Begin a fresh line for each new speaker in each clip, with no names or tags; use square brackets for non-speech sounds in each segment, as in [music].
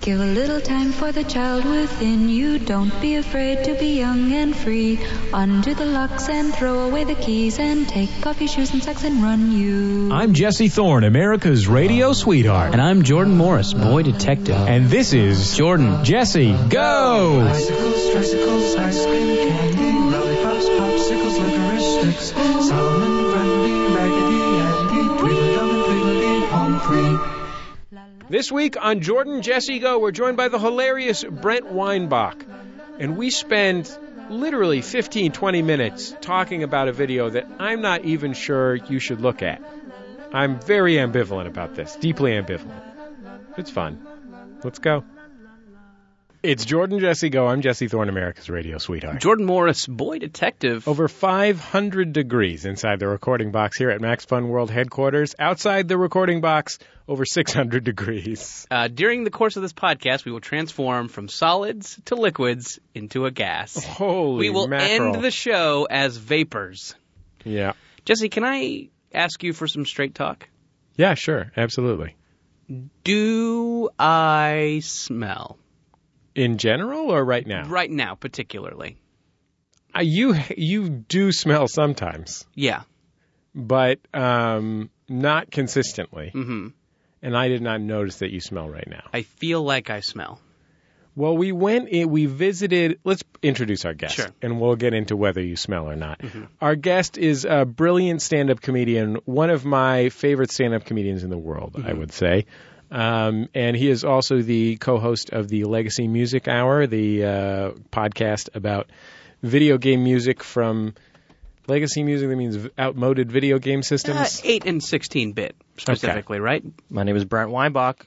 Give a little time for the child within you. Don't be afraid to be young and free. Undo the locks and throw away the keys and take off your shoes and socks and run you.
I'm Jesse Thorne, America's radio sweetheart.
And I'm Jordan Morris, boy detective.
And this is
Jordan.
Jesse Go!
Bicycles, tricycles, ice cream, candy, lollipops, popsicles, licorice sticks, Solomon, Grundy, Raggedy Andy, Tweedledum and Tweedledee, home free.
This week on Jordan Jesse Go, we're joined by the hilarious Brent Weinbach. And we spend literally 15, 20 minutes talking about a video that I'm not even sure you should look at. I'm very ambivalent about this, deeply ambivalent. It's fun. Let's go. It's Jordan Jesse Go. I'm Jesse Thorne, America's radio sweetheart.
Jordan Morris, boy detective.
Over 500 degrees inside the recording box here at Max Fun World headquarters. Outside the recording box, over 600 [laughs] degrees.
Uh, during the course of this podcast, we will transform from solids to liquids into a gas.
Holy
we will
mackerel.
end the show as vapors.
Yeah.
Jesse, can I ask you for some straight talk?
Yeah, sure. Absolutely.
Do I smell?
In general or right now?
Right now, particularly.
Uh, you you do smell sometimes,
Yeah.
but um, not consistently.
hmm
And I did not notice that you smell right now.
I feel like I smell.
Well, we went in, we visited. Let's introduce our guest,
Sure.
and we'll get into whether you smell or not. Our guest is a brilliant stand-up comedian, one of my favorite stand-up comedians in the world, I would say. Um, and he is also the co-host of the Legacy Music Hour, the uh, podcast about video game music from legacy music. That means outmoded video game
Uh,
systems.
8 and 16 bit, specifically, right?
My name is Brent Weinbach.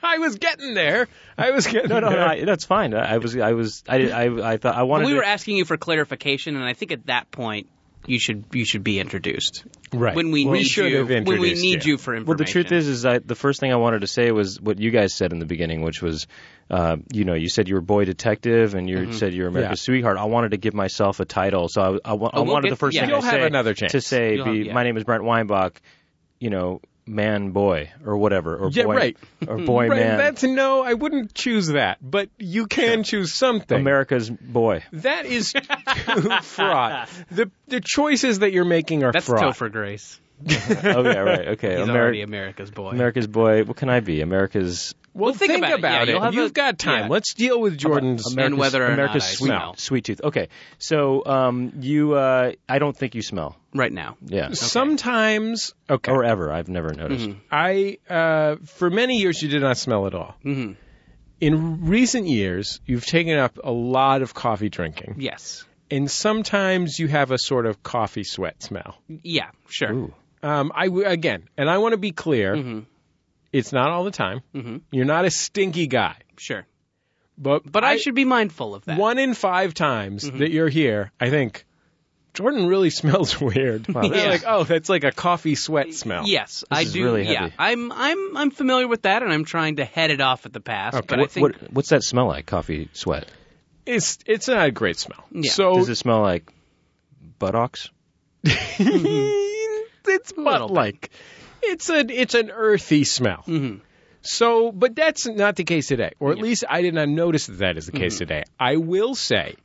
[laughs] I was getting there. I was getting
No, no,
there.
no I, that's fine. I, I was, I was, I, did- I, I thought I wanted.
we were
to,
asking you for clarification, and I think at that point you should you should be introduced
Right.
when we
Well,
need
should
you
have
when we
introduced
need you, for information.
well, the truth is, is I, the first thing I wanted to say was what you guys said in the beginning, which was, uh, you know, you said you were boy detective and you said you were America's sweetheart. I wanted to give myself a title, so I, I, wa- I
Oh, we'll
wanted
get-
the first
yeah.
thing
You'll
I
have
say
another chance.
to say,
You'll
be,
have- yeah.
my name is Brent Weinbach. You know, man, boy, or whatever, or
Yeah,
boy,
right.
or [laughs] boy,
Right,
man,
that's no. I wouldn't choose that, but you can choose something.
America's [laughs] boy.
That is too fraught. The the choices that you're making are
that's
fraught.
Topher Grace.
Oh yeah, right. Okay,
He's
Ameri-
already America's boy.
America's boy. What can I be? America's
Well, think, about,
Yeah,
it.
you'll have
You've
a-
got time.
yeah.
Let's deal with Jordan's.
and whether or
America's
not I
sweet
smell
sweet tooth. Okay, so um, you, uh, I don't think you smell.
right now.
Yeah,
Sometimes, okay.
or ever. I've never noticed.
Mm-hmm.
I uh, for many years you did not smell at all.
Mhm.
In recent years, you've taken up a lot of coffee drinking,
Yes.
and sometimes you have a sort of coffee sweat smell.
Yeah. Sure.
Ooh.
Um, I w- again, and I want to be clear,
Mm-hmm.
it's not all the time.
Mhm.
You're not a stinky guy,
Sure.
but
But I, should Mm-hmm. be mindful of that.
one in five times that you're here, I think Jordan really [laughs] smells weird. They're
Yeah.
like, oh, that's like a coffee sweat smell.
Yes, I
is
do.
really
yeah,
heavy.
I'm I'm I'm familiar with that, and I'm trying to head it off at the pass. But I
what,
think
what- what's that smell like? Coffee sweat.
it's it's not a great smell.
Yeah.
So
Does it smell like buttocks?
it's
Little
butt like it's a it's an earthy smell.
Mhm.
So, but that's not the case today, or at least I did not notice that that is the
Mm-hmm.
case today. I will say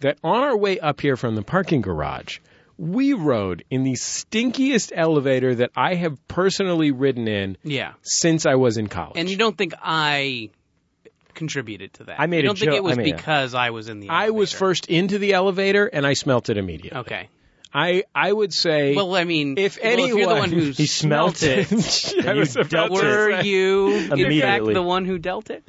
that on our way up here from the parking garage, we rode in the stinkiest elevator that I have personally ridden in
yeah,
since I was in college.
and you don't think I contributed to that?
I made
you
a
don't think
joke-
it was
I made a-
because I was in the.
I was
elevator.
first into the elevator and I smelt it immediately.
Okay.
I I would say [laughs]
Oh. Well, I mean,
if
well, if you're the
anyone-
one who
He smelt it.
I
you
was about
dealt
to
with
say-
were you in fact
Immediately.
the one who dealt it?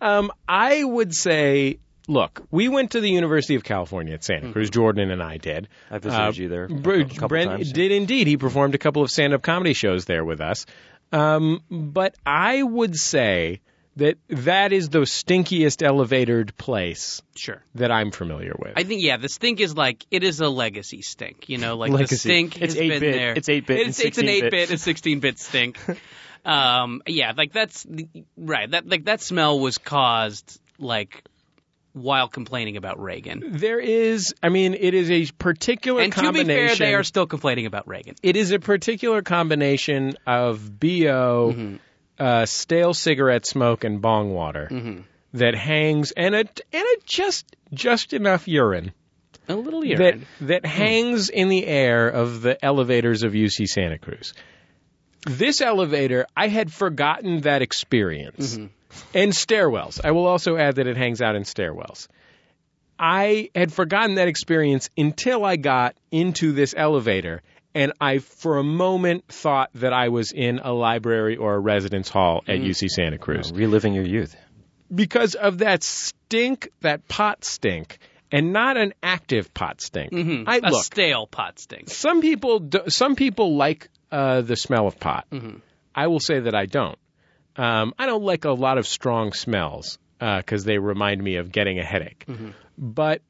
Um, I would say, look, we went to the University of California at
Hmm.
Santa Cruz. Jordan and I did.
I
Uh,
visited you there a
Br-
cou- couple
Brent
times.
did indeed. He performed a couple of stand-up comedy shows there with us. Um, but I would say that that is the stinkiest elevated place
Sure.
that I'm familiar with.
I think yeah, the stink is like it is a legacy stink. You know, like the
Legacy.
stink has
It's
been
8-bit.
there.
It's 8-bit
It's,
and
it's an
16-bit.
eight-bit and sixteen-bit
[laughs]
stink. um, yeah, like that's right. That like that smell was caused like while complaining about Reagan.
there is, I mean, it is a particular
And to be
combination.
fair, they are still complaining about Reagan.
it is a particular combination of bo uh, stale cigarette smoke and bong water that hangs and a and a just just enough urine
A little urine.
that that hangs in the air of the elevators of UC Santa Cruz. This elevator, I had forgotten that experience. And stairwells. I will also add that it hangs out in stairwells. I had forgotten that experience until I got into this elevator and I for a moment thought that I was in a library or a residence hall at UC Santa Cruz
Reliving your youth.
because of that stink, that pot stink, and not an active pot stink. I
a
look.
stale pot stink.
some people, do, some people like uh, the smell of pot. I will say that I don't. Um, I don't like a lot of strong smells because they remind me of getting a headache. But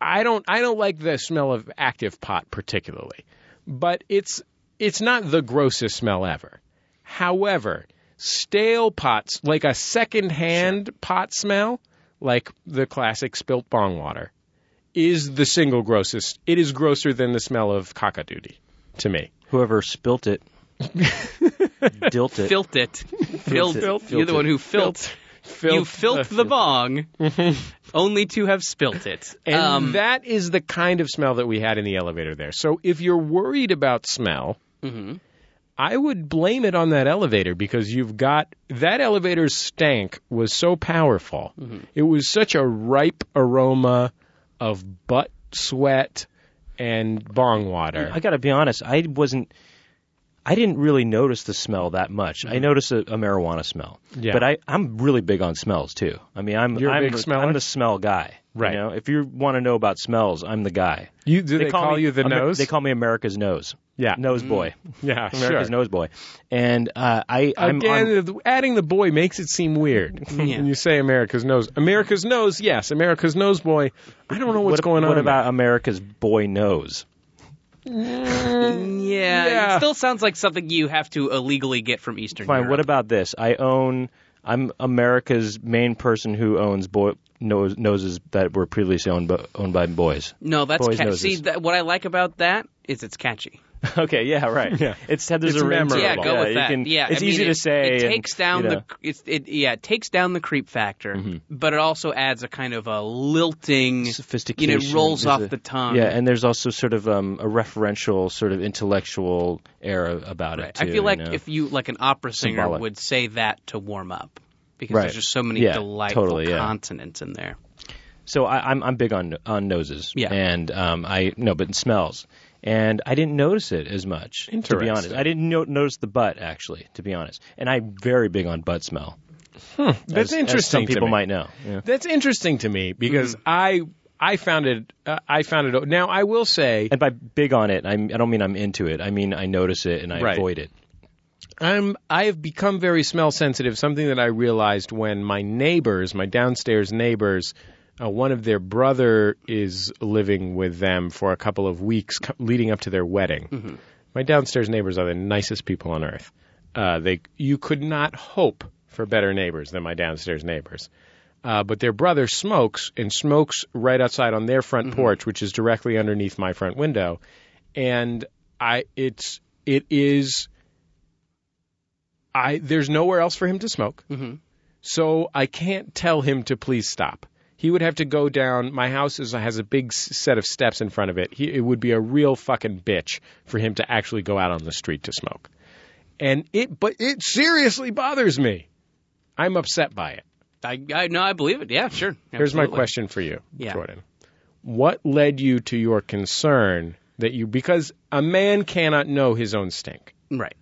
I don't. I don't like the smell of active pot particularly. But it's it's not the grossest smell ever. However, stale pots, like a secondhand pot smell, like the classic spilt bong water, is the single grossest. It is grosser than the smell of cockadoodie to me.
Whoever
[laughs]
spilt it, dilt it.
Filt
[laughs]
it. Filt.
Filt.
You're the one who filt.
Filth-
you filt
[laughs]
the bong, only to have spilt it.
And
um,
that is the kind of smell that we had in the elevator there. So if you're worried about smell, I would blame it on that elevator because you've got that elevator's stank was so powerful. It was such a ripe aroma of butt sweat and bong water.
I got to be honest. I wasn't. I didn't really notice the smell that much. I noticed a, a marijuana smell,
Mm-hmm. Yeah.
but I, I'm really big on smells too. I mean, I'm
You're a
I'm,
big smeller?
I'm the smell guy.
Right.
You know, if you want to know about smells, I'm the guy.
you, do they, call,
me-
you the
Amer-
nose?
They call me America's nose.
yeah, Mm.
Nose boy.
yeah, sure.
America's nose boy. And uh, I I'm
Again,
on-
th- adding the boy makes it seem
[laughs]
weird. When you say America's nose, America's nose, yes, America's nose boy. I don't know what's
what,
going on.
What about America's boy nose?
yeah,
yeah.
it still sounds like something you have to illegally get from Eastern
Fine.
Europe.
What about this? I own. I'm America's main person who owns boy nose, noses that were previously owned by, owned by boys. [laughs]
no, that's
boys'
ca-
noses?
see that, what I like about that is it's catchy.
Okay, yeah, right.
Yeah.
It's there's
It's
a ring
memorable.
to it.
Yeah, go with
you
that.
can-
yeah,
it's
I mean,
easy
it,
to say.
It
and,
takes down
you know, Mm-hmm.
the it's, it yeah it takes down the creep factor, but it also adds a kind of a lilting
sophistication.
You know, it rolls
There's
off
a-
the tongue.
Yeah, and there's also sort of um, a referential, sort of intellectual air about it.
Right.
Too,
I feel like
you know?
if you like an opera singer
Symbolic.
would say that to warm up because
Right.
there's just so many
Yeah,
delightful
totally, yeah.
consonants in there.
so I, I'm I'm big on on noses.
Yeah.
And um, I no, but smells. And I didn't notice it as much. To be
Interesting.
honest, I didn't no- notice the butt actually. To be honest, and I'm very big on butt smell.
That's
as- as
interesting.
some
to
people
me.
might know. Mm. Yeah.
That's interesting to me because I I found it uh, I found it. Now I will say
And by big on it, I'm, I don't mean I'm into it. I mean I notice it and I
Right.
avoid it.
I'm I have become very smell sensitive. Something that I realized when my neighbors, my downstairs neighbors, uh, one of their brother is living with them for a couple of weeks co- leading up to their wedding. My downstairs neighbors are the nicest people on earth. Uh, they you could not hope for better neighbors than my downstairs neighbors. Uh, but their brother smokes and smokes right outside on their front porch, which is directly underneath my front window, and I it's it is I there's nowhere else for him to smoke.
Mm-hmm.
So I can't tell him to please stop. He would have to go down. My house is, has a big s- set of steps in front of it. He, it would be a real fucking bitch for him to actually go out on the street to smoke. And it, but it seriously bothers me. I'm upset by it.
I, I no, I believe it. Yeah, sure.
Here's my
Absolutely.
question for you,
Yeah.
Jordan. What led you to your concern that you, because a man cannot know his own stink.
Right.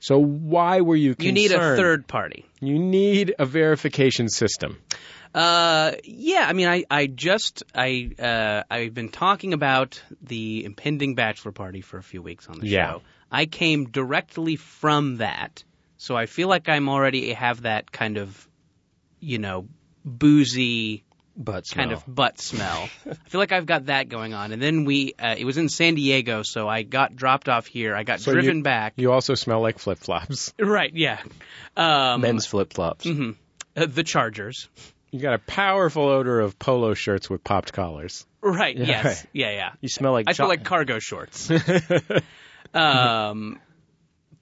So why were you
You
concerned?
need a third party.
You need a verification system.
Uh, yeah, I mean, I, I just, I, uh, I've been talking about the impending bachelor party for a few weeks on the
Yeah.
show. I came directly from that, so I feel like I'm already have that kind of, you know, boozy
Butt smell.
kind of butt smell. I feel like I've got that going on. And then we, uh, it was in San Diego, so I got dropped off here. I got
So
driven
you-
back.
You also smell like flip flops.
Right, yeah. Um,
men's flip flops.
Mm-hmm.
uh, the Chargers.
[laughs] You got a powerful odor of polo shirts with popped collars.
Right, yes. Yeah, yeah.
You smell like
I feel
cho-
like cargo shorts. um,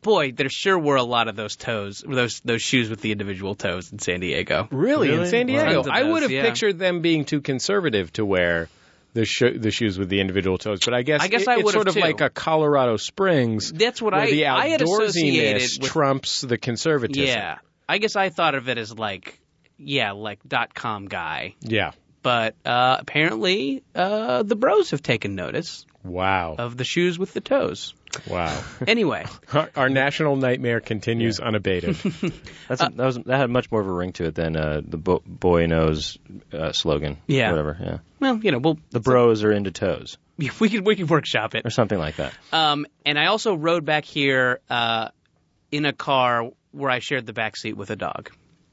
boy, there sure were a lot of those toes, those those shoes with the individual toes in San Diego.
Really, in
Really?
San Diego,
Tons of
I
those,
would have
yeah.
pictured them being too conservative to wear the sho- the shoes with the individual toes. But I guess
I guess
it-
I
it's
would have
sort of
too.
like a Colorado Springs.
That's what
where
I
the
I had associated
outdoorsiness
with
trumps the conservatism.
Yeah. I guess I thought of it as like yeah, like dot com guy.
Yeah.
But uh, apparently uh, the bros have taken notice
Wow.
of the shoes with the toes. [laughs]
wow.
Anyway,
our, our national nightmare continues
[laughs]
unabated.
That's
uh,
a, that was that had much more of a ring to it than uh, the bo- boy knows uh, slogan.
Yeah.
whatever. Yeah,
well, you know, we'll [laughs]
the bros are into toes
we could we could workshop it.
or something like that.
Um, and I also rode back here uh, in a car where I shared the back seat with a dog.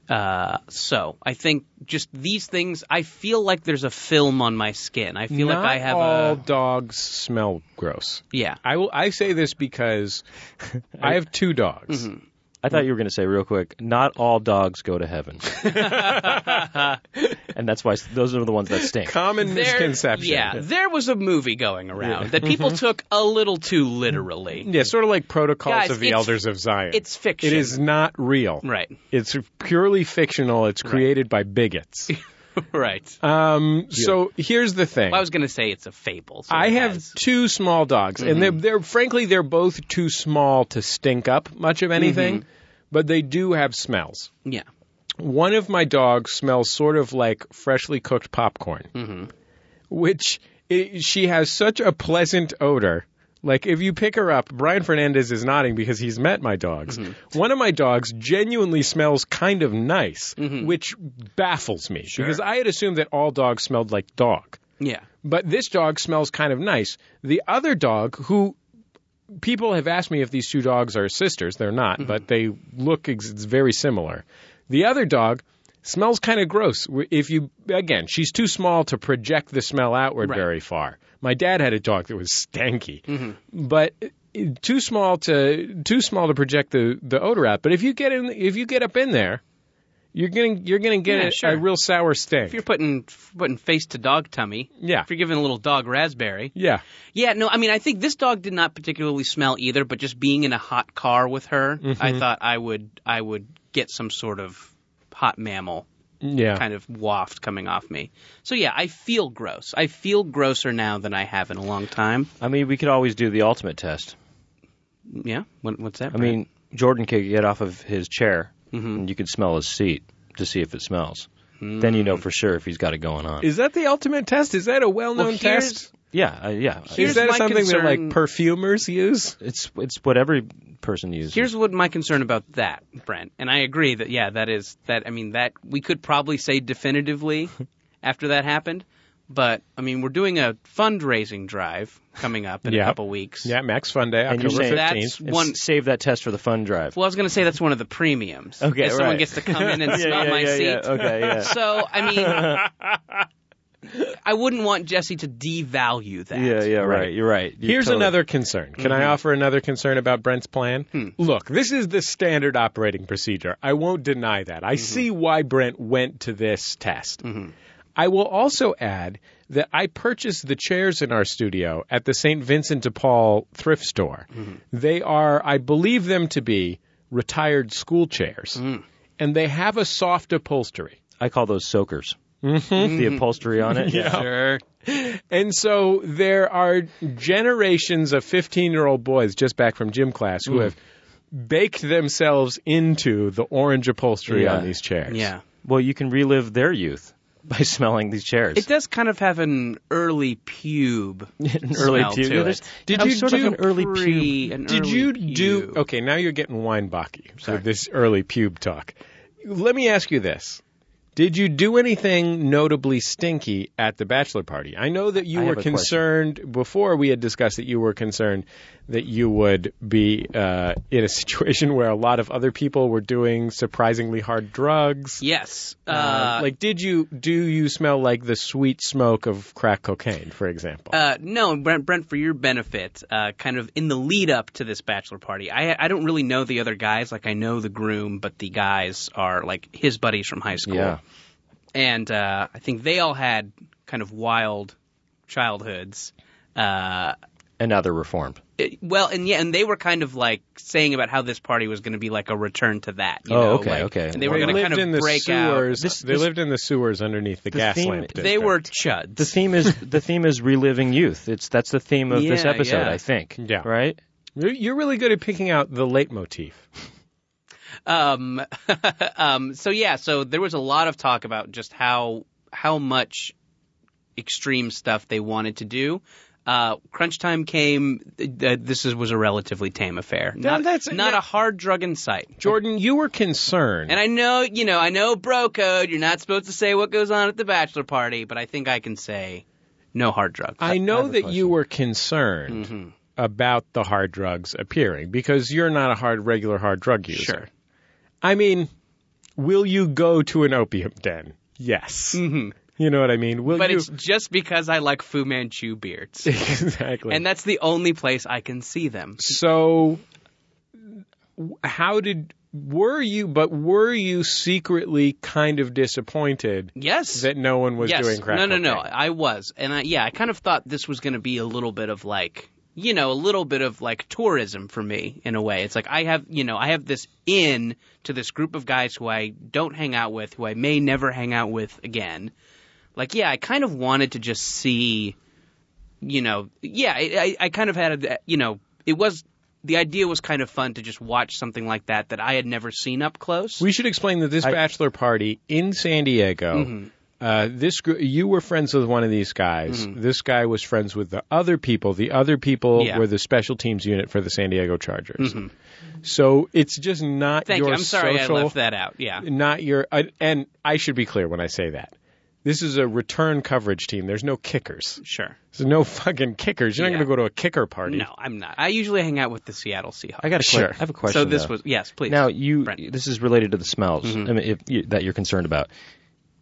Uh, so I think just these things. I feel like there's a film on my skin. I feel
Not
like I have
all
a
dogs smell gross.
yeah.
I will. I say this
[laughs]
because I have two dogs.
Mm-hmm.
I thought you were going to say real quick. Not all dogs go to
[laughs]
heaven, and that's why s- those are the ones that stink.
Common misconception.
Yeah, there was a movie going around that
[laughs]
people took a little too literally.
Yeah, sort of like protocols
Guys,
of the
it's-
elders of Zion.
It's fiction.
It is not real.
Right.
It's purely fictional. It's created by
[laughs]
bigots.
[laughs] Right.
Um, So here's the thing.
I was going to say Mm-hmm. it's a fable. so
I
it
have
has-
two small dogs, and they're, they're frankly they're both too small to stink up much of anything,
Mm-hmm.
but they do have smells.
Yeah.
One of my dogs smells sort of like freshly cooked popcorn, which i she has such a pleasant odor. Like if you pick her up, Brian Fernandez is nodding because he's met my dogs. One of my dogs genuinely smells kind of nice, which baffles me because I had assumed that all dogs smelled like dog
Yeah.
but this dog smells kind of nice. The other dog, who people have asked me if these two dogs are sisters, they're not,
Mm-hmm.
but they look ex- it's very similar. The other dog smells kind of gross. W- If you again, she's too small to project the smell outward
Right.
very far. My dad had a dog that was stanky,
Mm-hmm.
but uh, too small to too small to project the the odor out. But if you get in, if you get up in there. You're gonna you're gonna get
Yeah,
a,
sure.
a real sour stink.
If you're putting putting face to dog tummy.
Yeah.
If you're giving a little dog raspberry.
yeah,
Yeah, no, I mean, I think this dog did not particularly smell either, but just being in a hot car with her, I thought I would I would get some sort of hot mammal
yeah.
kind of waft coming off me. So yeah, I feel gross. I feel grosser now than I have in a long time.
I mean, we could always do the ultimate test.
Yeah, what, what's that?
I mean, Jordan could get off of his chair,
Mm-hmm.
and you could smell his seat to see if it smells.
Mm.
Then you know for sure if he's got it going on.
Is that the ultimate test? Is that a well-known
Well, here's-
test?
yeah, uh, yeah.
Here's
Is that
my
something
concern-
that like perfumers use?
it's it's what every person uses.
Here's what my concern about that, Brent, and I agree that yeah, that is that. I mean, that we could probably say definitively after that happened, but I mean, we're doing a fundraising drive coming up in
Yeah.
a couple weeks.
Yeah, Max Fun Day,
and you're
October
saying
That's
fifteenth.
And s-
one.
Save that test for the fun drive.
Well, I was going to say that's one of the premiums.
Okay,
if someone
right.
gets to come
[laughs]
in and smell
yeah,
my
yeah,
seat.
yeah. Okay, yeah.
[laughs] So I mean,
[laughs]
I wouldn't want Jesse to devalue that.
Yeah, yeah, right. You're right. You're
Here's
totally-
another concern. Can I offer another concern about Brent's plan? Look, this is the standard operating procedure. I won't deny that. I see why Brent went to this test. I will also add that I purchased the chairs in our studio at the St. Vincent de Paul thrift store. They are, I believe them to be, retired school chairs, and they have a soft upholstery.
I call those soakers. The upholstery on
[laughs]
it. yeah.
Sure.
And so there are generations of 15 year old boys just back from gym class who have baked themselves into the orange upholstery
Yeah.
on these chairs.
Yeah.
Well, you can relive their youth [laughs] by smelling these chairs.
It does kind of have an early pube.
[laughs] An early
smell
pube.
to
Yeah,
it.
there's-
Did
I'm
you
sort
do
of an early pube?
Pre- an
Did
early
you
pube.
do. Okay, now you're getting Weinbach with this early pube talk. Let me ask you this. Did you do anything notably stinky at the bachelor party? I know that you
I
were
have a question.
concerned before we had discussed that you were concerned that you would be uh, in a [laughs] situation where a lot of other people were doing surprisingly hard drugs.
Yes. Uh,
Um, like, did you do you smell like the sweet smoke of crack cocaine, for example?
Uh, no, Brent, Brent, for your benefit, uh, kind of in the lead up to this bachelor party, I, I don't really know the other guys. Like, I know the groom, but the guys are like his buddies from high school.
Yeah.
And uh, I think they all had kind of wild childhoods. Uh,
And now they're reformed.
it- well, and yeah, and they were kind of like saying about how this party was going to be like a return to that. You
Oh,
know,
okay,
like-
okay.
And they were
They
going to
lived
kind
in
of
the
break out.
sewers. they lived in the sewers underneath the,
the
gas
theme-
lamp.
They
district.
were chuds.
The theme is the theme is reliving youth. It's that's the theme of this
Yeah,
episode,
yeah.
I think.
Yeah.
Right.
You're you're really good at picking out the leitmotif.
Um, [laughs] um, so yeah, so there was a lot of talk about just how how much extreme stuff they wanted to do. Uh, crunch time came. th- th- This is, was a relatively tame affair. Not,
that's-
not
yeah.
a hard drug in sight.
Jordan, you were concerned.
And I know, you know, I know bro code. You're not supposed to say what goes on at the bachelor party, but I think I can say no hard drugs.
I know that you were concerned
Mm-hmm.
about the hard drugs appearing because you're not a hard regular hard drug user.
Sure.
I mean, will you go to an opium den? Yes.
Mhm.
You know what I mean? Will
But
you
it's just because I like Fu Manchu beards.
[laughs] exactly?
and that's the only place I can see them.
so w- how did were you but were you secretly kind of disappointed
Yes.
that no one was
yes.
doing crack
No, no, no.
cocaine?
I was, and I, yeah, I kind of thought this was going to be a little bit of like, you know, a little bit of like tourism for me in a way. It's like I have, you know, I have this in to this group of guys who I don't hang out with, who I may never hang out with again. Like, yeah, I kind of wanted to just see, you know, yeah, I, I I kind of had, a, you know, it was. The idea was kind of fun to just watch something like that that I had never seen up close.
We should explain that this bachelor party in San Diego.
Mm-hmm.
Uh, this gr- you were friends with one of these guys. This guy was friends with the other people. The other people
Mm-hmm. Yeah. Mm-hmm.
were the special teams unit for the San Diego Chargers. So it's just not
Thank
your
you. I'm sorry
social,
I left that out. Yeah.
not your. Uh, and I should be clear when I say that. This is a return coverage team. There's no kickers.
Sure.
There's no fucking kickers. You're not
Yeah.
going to go to a kicker party.
No, I'm not. I usually hang out with the Seattle Seahawks.
I got a que-
Sure.
I have a question.
So this
though.
was Mm-hmm. yes, please.
now you.
Brent.
This is related to the smells I mean, if you, that you're concerned about.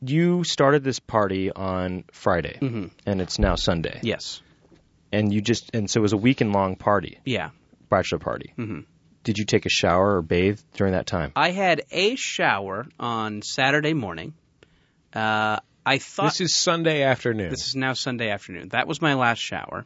You started this party on Friday,
Mm-hmm.
and it's now Sunday.
yes,
And you just and so it was a weekend long party,
yeah.
bachelor party. Mm-hmm. Did you take a shower or bathe during that time?
I had a shower on Saturday morning. Uh, I thought
This is Sunday afternoon.
this is now Sunday afternoon. That was my last shower.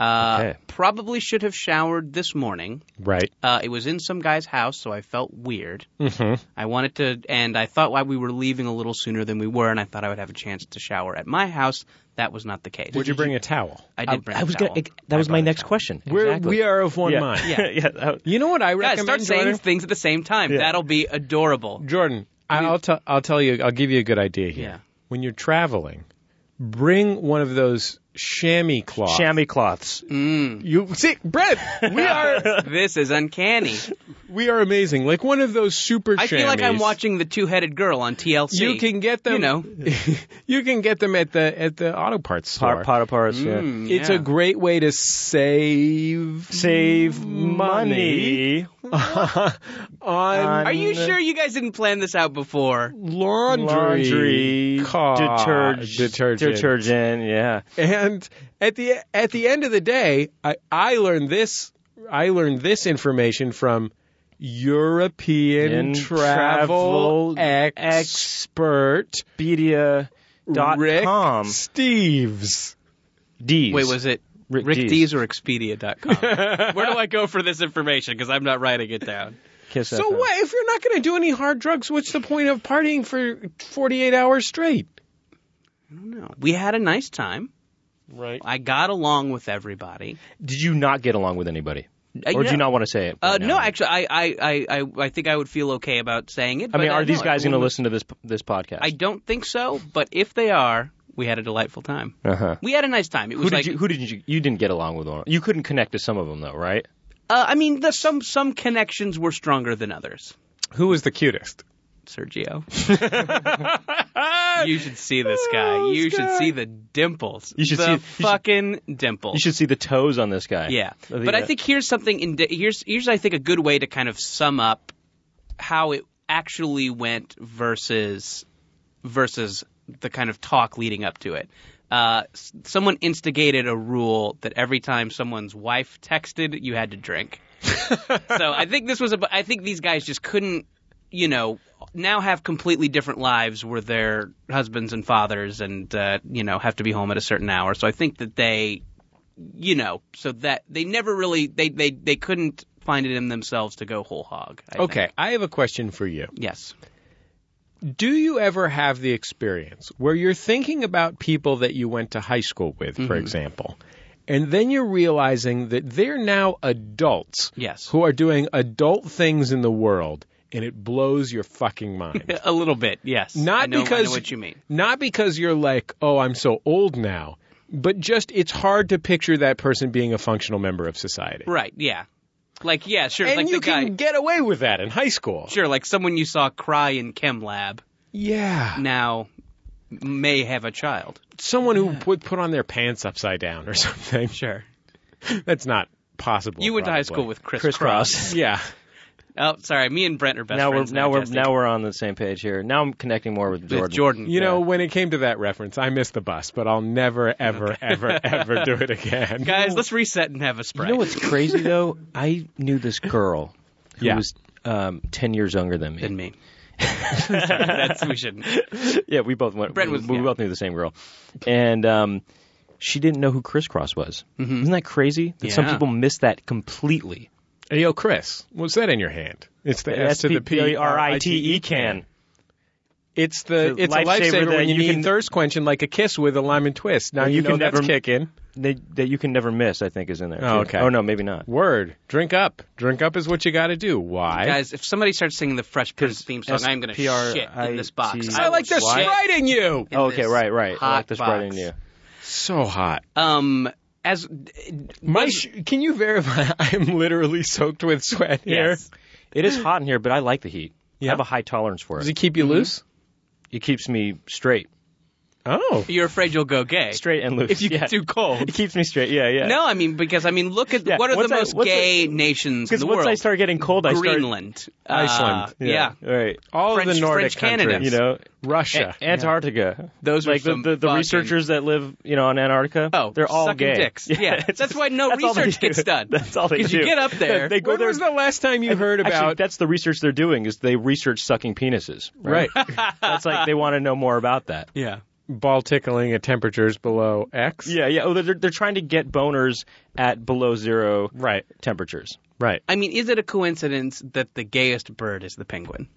Uh,
Okay.
Probably should have showered this morning.
right.
Uh, it was in some guy's house, so I felt weird. Mm-hmm. I wanted to, and I thought why we were leaving a little sooner than we were, and I thought I would have a chance to shower at my house. That was not the case.
Would you bring a towel?
I did bring.
I
a
was
towel.
gonna. That
I
was
brought
my
a
next
towel.
question.
We're,
Exactly.
we are of one
yeah.
mind.
[laughs] Yeah. yeah that-
You know what I
Guys,
recommend?
start saying
Jordan?
things at the same time. That'll be adorable.
[laughs] Jordan, I- I'll tell I'll tell you I'll give you a good idea here.
Yeah.
When you're traveling, bring one of those chamois cloths.
chamois cloths.
Mm.
You see, Brett,
[laughs]
we are
this is uncanny.
we are amazing. Like one of those super.
I feel like I'm
chamois.
watching the two-headed girl on TLC.
You can get them.
You know.
[laughs] you can get them at the at the auto parts store.
Pot, pot of parts. yeah.
Mm,
it's
yeah.
a great way to save
Save money.
on
Are you sure you guys didn't plan this out before?
laundry, cost-
deterg-
detergent,
detergent, yeah.
And at the at the end of the day, I, I learned this I learned this information from European
In
travel,
travel
expert Rick
Expedia.com.
Steves.
D's.
Wait, was it
Rick
Rick
Dees.
Dees
[laughs]
or Expedia.com? Where do I go for this information? Because I'm not writing it down.
Kiss
So
FM.
what if you're not going to do any hard drugs? What's the point of partying for 48 hours straight?
No, we had a nice time.
Right.
[laughs] I got along with everybody.
Did you not get along with anybody?
Uh,
Or do
yeah.
you not want to say it?
Uh,
right
no,
now?
actually, I, I, I, I, I think I would feel okay about saying it.
I mean,
but, uh,
are these
no,
guys going to
everyone-
listen to this this podcast?
I don't think so, but if they are, we had a delightful time.
Uh-huh.
We had a nice time. It was
Who did
like,
you? Who did you? You didn't get along with one. You couldn't connect to some of them though, right?
uh, I mean, the, some some connections were stronger than others.
Who was the cutest?
[laughs]
Sergio, you should see this guy. You
this
should
guy.
see the dimples.
Oh, You should
the
see- you should-
fucking dimples.
You should see the toes on this guy.
Yeah,
Of the,
but I
uh,
think here's something. In here's here's I think a good way to kind of sum up how it actually went versus versus the kind of talk leading up to it. Uh, s- someone instigated a rule that every time someone's wife texted, you had to drink. so I think this was a. I think these guys just couldn't, you know, now have completely different lives where they're husbands and fathers and uh, you know have to be home at a certain hour. So I think that they you know, so that they never really they they they couldn't find it in themselves to go whole hog. I think.
Okay, I have a question for you.
Yes.
Do you ever have the experience where you're thinking about people that you went to high school with, for example, and then you're realizing that they're now adults
Yes.
who are doing adult things in the world and it blows your fucking
[laughs]
mind?
A little bit, yes.
Not
I know,
because
I know what you mean.
Not because you're like, "Oh, I'm so old now," but just it's hard to picture that person being a functional member of society.
Right, yeah. Like yeah, sure,
And
like
you
the guy
can get away with that in high school.
sure, like someone you saw cry in chem lab
Yeah.
now may have a child.
someone who would put on their pants upside down or [laughs] something. Sure. That's not possible.
You went to high school
probably.
with Chris,
Chris
Cross.
Cross.
Yeah.
Oh, sorry, me and Brent are best
now we're
friends.
now we're
Jesse.
now we're on the same page here. Now I'm connecting more with Jordan.
with Jordan.
You know, when it came to that reference, I missed the bus, but I'll never, ever, ever, ever do it again.
[laughs] guys, let's reset and have a
You
sprite.
know what's crazy though? I knew this girl who
Yeah.
was um, ten years younger than me.
than me. Sorry, that's we shouldn't.
[laughs] yeah, we both went.
Brett
we,
was-
we
yeah.
both knew the same girl, and um, she didn't know who Chris Cross was. Isn't that crazy? That Some
Yeah.
people miss that completely.
Hey, yo, Chris, what's that in your hand? It's the S to the P
R I T E can.
It's the
The
it's a
lifesaver
lifesaver
that
when you,
you
need
can-
thirst quenching like a kiss with a lime and twist. Now
That
you,
you
know
can
that's
never-
kicking.
That, that you can never miss. I think is in there.
Oh,
too.
okay.
Oh no, maybe not.
Word, drink up. Drink up is what you got to do. Why?
Guys, if somebody starts singing the Fresh Prince theme song,
S-
I'm going to
PR
shit in this box.
IT.
I like
will
the
shit
sprite in you.
in
oh, okay,
this
right, right. I like
hot
this brighter than
box.
you.
So hot.
Um, as
My sh- can you verify? [laughs] I'm literally soaked with sweat here.
Yes.
It is hot in here, but I like the heat.
Yeah?
I have a high tolerance for
Does
it.
it keep you loose?
It keeps me straight,
Oh,
you're afraid you'll go gay
straight and loose.
if you
yeah.
get too cold.
it keeps me straight. Yeah, [laughs] yeah.
No, I mean because I mean look at
Yeah,
what are the
once I-
most
once I-
gay nations in
because
the
once
world?
I start getting cold, I start
Greenland, Uh,
Iceland,
yeah.
right.
all
French-
of the Nordic
French Canada.
countries,
You know,
Russia.
A- Antarctica.
Those are
like
some
the, the, the
fucking-
researchers that live, you know, on Antarctica.
Oh,
they're all
sucking
gay. [laughs]
dicks. Yeah.
it's-
That's why no
that's all they
research
do.
gets done.
[laughs] That's all they do.
'Cause you get
[laughs]
up there-
They, they go
when
there.
was the last time you heard
Actually,
about?
that's the research they're doing is they research sucking penises.
[laughs] right,
that's like they want to know more
[laughs]
about that.
yeah.
ball tickling at temperatures below X.
Yeah, yeah. Oh, they're they're trying to get boners at below zero
Right.
temperatures.
Right.
I mean, is it a coincidence that the gayest bird is the [laughs] penguin?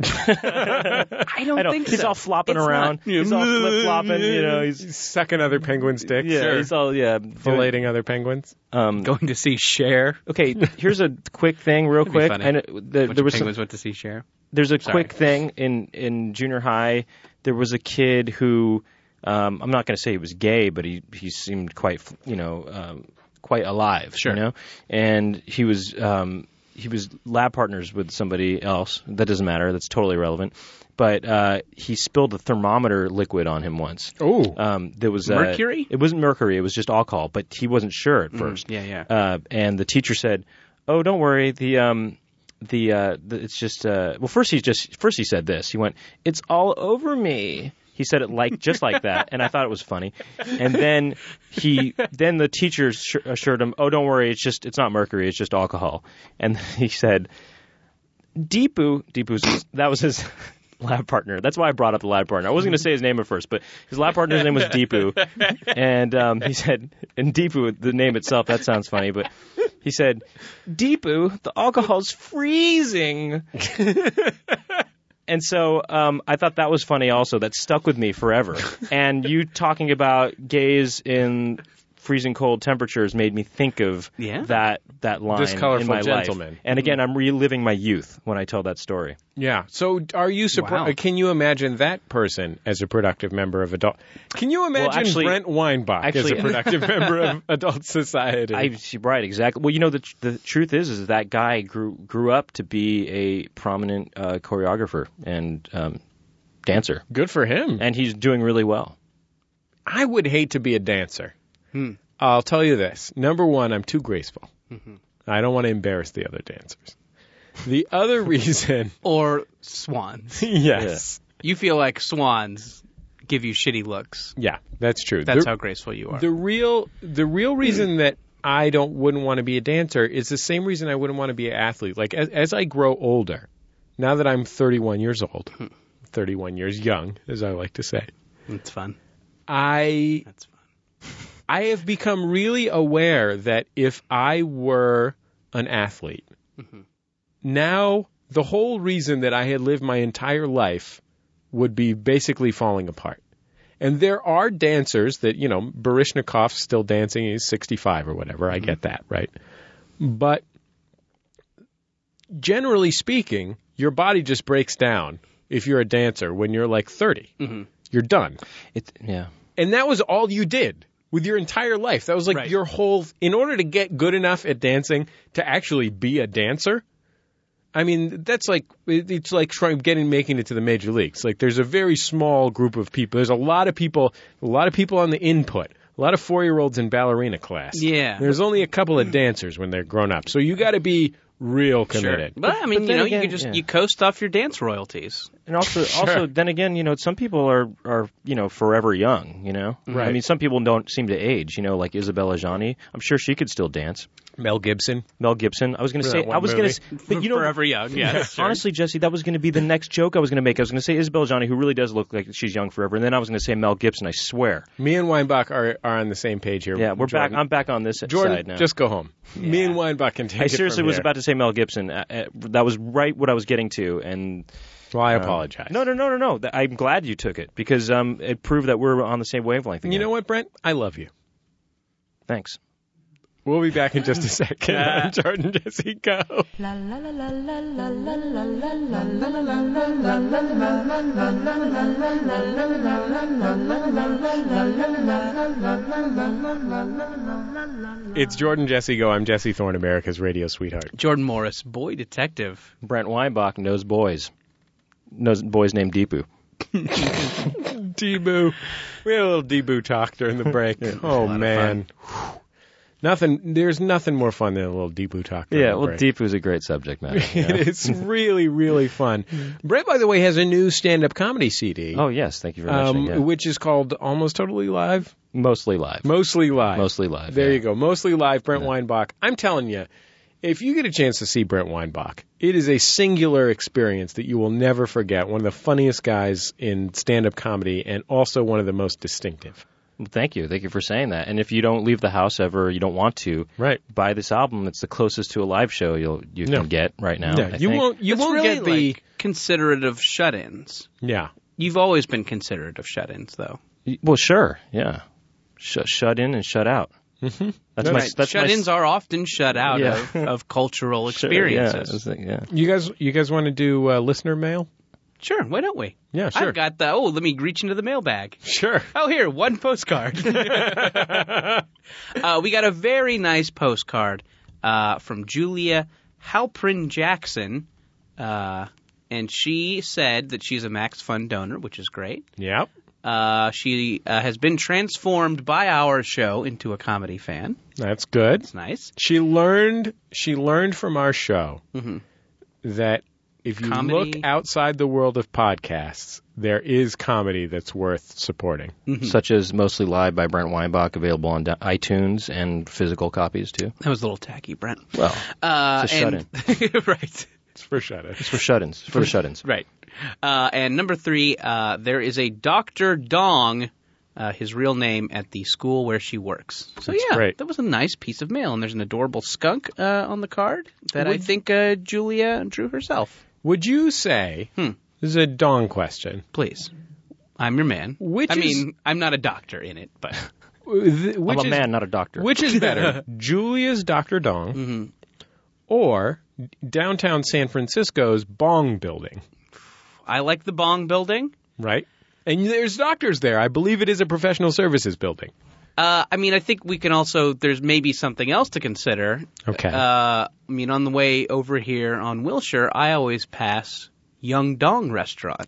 I don't
I know.
think
he's
so.
all flopping
It's [laughs]
around.
not-
He's all flip flopping. You know, he's
He's sucking other penguins' dicks.
yeah,
or
he's all yeah. doing-
filleting other penguins.
Um,
going to see Cher.
okay, here's a quick thing, real
be
quick.
funny.
I know, the,
Bunch
there
of
was some-
penguins went to see Cher.
there's a quick thing in in junior high. There was a kid who um, I'm not going to say he was gay, but he he seemed quite you know um, quite alive.
Sure.
You know, and he was um, he was lab partners with somebody else. That doesn't matter. That's totally irrelevant. But uh, he spilled a thermometer liquid on him once.
Oh,
Um, there was uh,
Mercury?
It wasn't mercury. It was just alcohol, but he wasn't sure at first.
yeah, Mm-hmm. yeah.
Uh, and the teacher said, "Oh, don't worry. The um, the, uh, the it's just uh, well, first he just first he said this. He went, "It's all over me." He said it like just like that, and I thought it was funny. And then he then the teacher sh- assured him, "Oh, don't worry. It's just it's not mercury. It's just alcohol." And [laughs] he said, Deepu, Deepu's that was his [laughs] lab partner. That's why I brought up the lab partner. I wasn't going to say his name at first, but his lab partner's name was Deepu, and um, he said, and Deepu, the name itself, that sounds funny, but he said, Deepu, the alcohol's freezing. And so um, I thought that was funny also. That stuck with me forever. And you talking about gays in freezing cold temperatures made me think of
Yeah.
that that line
This colorful
in my
gentleman.
life. And again, I'm reliving my youth when I tell that story.
yeah. So, are you surprised?
Wow.
Can you imagine that person as a productive member of adult? Can you imagine
actually-
Brent Weinbach as
actually-
a productive member of adult society?
I right, exactly. Well, you know the tr- the truth is is that guy grew grew up to be a prominent uh, choreographer and um, dancer,
Good for him.
and he's doing really well.
I would hate to be a dancer. I'll tell you this. Number one, I'm too graceful. I don't want to embarrass the other dancers. The other [laughs] reason,
Or swans.
yes,
you feel like swans give you shitty looks.
yeah, that's true.
That's
the,
how graceful you are.
the real the real reason that I don't wouldn't want to be a dancer is the same reason I wouldn't want to be an athlete. Like as, as I grow older, now that I'm 31 years old, 31 years young, as I like to say,
That's fun.
I
That's fun.
I have become really aware that if I were an athlete, now the whole reason that I had lived my entire life would be basically falling apart. And there are dancers that, you know, Baryshnikov's still dancing, he's 65 or whatever. I get that, right? But generally speaking, your body just breaks down if you're a dancer when you're like 30. You're done.
It, yeah.
And that was all you did with your entire life. That was like
Right.
your whole in order to get good enough at dancing to actually be a dancer. I mean, that's like it- it's like trying getting making it to the major leagues. Like there's a very small group of people. There's a lot of people, a lot of people on the input. A lot of four-year-olds in ballerina class.
Yeah.
There's only a couple of dancers when they're grown up. So you got to be real committed.
But I mean,
But
you
then
know, you
again-
could just
yeah.
you coast off your dance royalties.
[laughs] And also, also, then again, you know, some people are are you know forever young. You know,
Right.
I mean, some people don't seem to age. You know, like Isabella Gianni. I'm sure she could still dance.
Mel Gibson.
Mel Gibson. I was going to
For
say.
that one
I was going
movie.
to. But [laughs] you know,
forever young. Yeah, that's true.
honestly, Jesse, that was going to be the next joke I was going to make. I was going to say Isabella Gianni, who really does look like she's young forever, and then I was going to say Mel Gibson. I swear.
Me and Weinbach are, are on the same page here.
Yeah, we're
Jordan.
back. I'm back on this
Jordan,
side now.
just go home. Me and Weinbach can take
I
it from
seriously was
here.
about to say Mel Gibson. Uh, uh, that was right what I was getting to, and
Well, I apologize.
no, no, no, no, no. Th- I'm glad you took it because um, it proved that we're on the same wavelength. Again.
You know what, Brent? I love you.
Thanks.
We'll be back in just a [laughs] second. I'm Jordan Jesse Go.
La la la la la la la la la la
It's Jordan Jesse Go. I'm Jesse Thorne, America's radio sweetheart.
Jordan Morris, boy detective.
Brent Weinbach knows boys. Knows boys named Deepu.
Debu. We had a little Debu talk during the [laughs] break. oh, man. Nothing. There's nothing more fun than a little Debu talk. during the break.
Deepu's a great subject matter.
[laughs] It is really, really fun. Brent, by the way, has a new stand-up comedy CD,
oh yes, thank you very much.
um, which is called Almost Totally Live.
Mostly live.
Mostly live.
Mostly live,
There
yeah.
you go. Mostly live, Brent Weinbach. I'm telling you, if you get a chance to see Brent Weinbach, it is a singular experience that you will never forget. One of the funniest guys in stand up comedy and also one of the most distinctive.
Thank you, thank you for saying that. And if you don't leave the house ever, you don't want to,
Right.
Buy this album. It's the closest to a live show you'll you
No.
can get right now. I
you
think.
won't you
That's
won't
really
get the
like, considerate of shut-ins.
Yeah.
You've always been considerate of shut-ins, though.
Well, sure, yeah. Sh- shut in and shut out. Mm-hmm. That's my. That's my-
shut-ins are often shut out
Yeah.
of,
[laughs]
of cultural
Sure, yeah,
experiences.
that's the- yeah.
You guys you guys want to do uh, listener mail?
Sure, why don't we?
Yeah, sure.
I've got the. Oh, let me reach into the mailbag.
Sure.
Oh, here, one
[laughs]
postcard. uh, we got a very nice postcard uh, from Julia Halprin Jackson, uh, and she said that she's a Max Fund donor, which is great.
Yep.
Uh, she uh, has been transformed by our show into a comedy fan.
That's good.
It's nice.
She learned she learned from our show that if you
Mm-hmm. Comedy.
look outside the world of podcasts, there is comedy that's worth supporting.
Mm-hmm.
Such as mostly live by Brent Weinbach, available on da- iTunes and physical copies too.
That was a little tacky, Brent.
Well,
Uh,
It's a
and- [laughs] right.
It's for shut
it's for shut-ins. For shut-ins.
Right. Uh, and number three, uh, there is a Dr. Dong, uh, his real name, at the school where she works. So, yeah,
great.
that was a nice piece of mail. And there's an adorable skunk uh, on the card that I think uh, Julia drew herself.
Would you say
Hmm.
this is a dong question?
Please. I'm your man.
Which
I
is-
mean, I'm not a doctor in it, but [laughs]
Th- Which
I'm a
is,
man, not a doctor.
Which is better, Julia's Dr. Dong
Mm-hmm.
or downtown San Francisco's Bong Building?
I like the Bong building.
Right. And there's doctors there. I believe it is a professional services building.
Uh, I mean, I think we can also, there's maybe something else to consider.
Okay.
Uh, I mean, on the way over here on Wilshire, I always pass Young Dong Restaurant.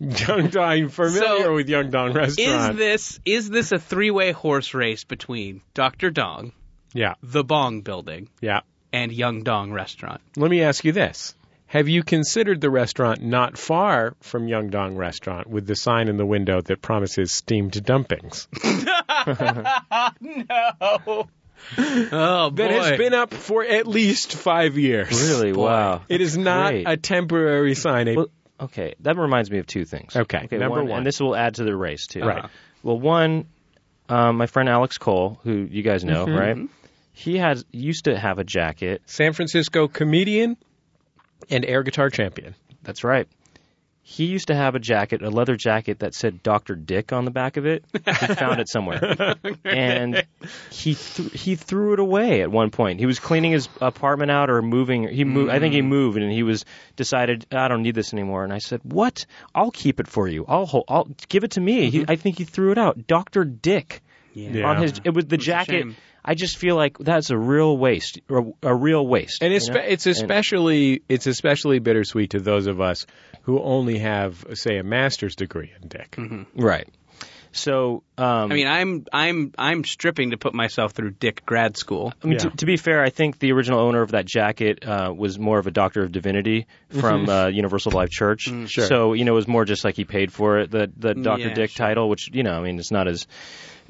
[laughs] Young Dong, I'm familiar
So,
with Young Dong
Is
Restaurant.
this is this a three way horse race between Dr. Dong,
yeah,
the Bong Building,
yeah.
and Young Dong Restaurant?
Let me ask you this. Have you considered the restaurant not far from Young Dong Restaurant with the sign in the window that promises steamed dumpings?
Oh
That has been up for at least five years.
Really? Wow.
It is not
Great.
a temporary sign. A-
Well, okay, that reminds me of two things.
Okay, number one.
and this will add to the race too.
Right.
Well, one, um, my friend Alex Cole, who you guys know, right? He has used to have a jacket.
San Francisco comedian and air guitar champion.
That's right. He used to have a jacket, a leather jacket that said Dr. Dick on the back of it. He found it somewhere.
[laughs]
And he th- he threw it away at one point. He was cleaning his apartment out or moving. He moved, I think
Mm-hmm.
he moved and he was decided, I don't need this anymore. And I said, "What? I'll keep it for you. I'll hold, I'll give it to me." He, I think he threw it out. Dr. Dick
Mm-hmm. Yeah.
on his it was the
a
jacket.
shame.
I just feel like that's a real waste, a, a real waste.
And it's
you know?
it's especially it's especially bittersweet to those of us who only have say a master's degree in dick.
right. So, um,
I mean, I'm I'm I'm stripping to put myself through Dick grad school.
I mean,
Yeah.
to, to be fair, I think the original owner of that jacket uh, was more of a doctor of divinity from uh, Universal Life Church.
Sure.
So you know, it was more just like he paid for it. The the Doctor
Yeah,
Dick
sure.
title, which you know, I mean, it's not as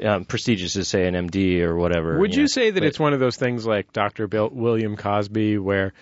um, prestigious as say an MD or whatever.
Would
know.
you say that
But-
it's one of those things like Dr. Bill, William Cosby where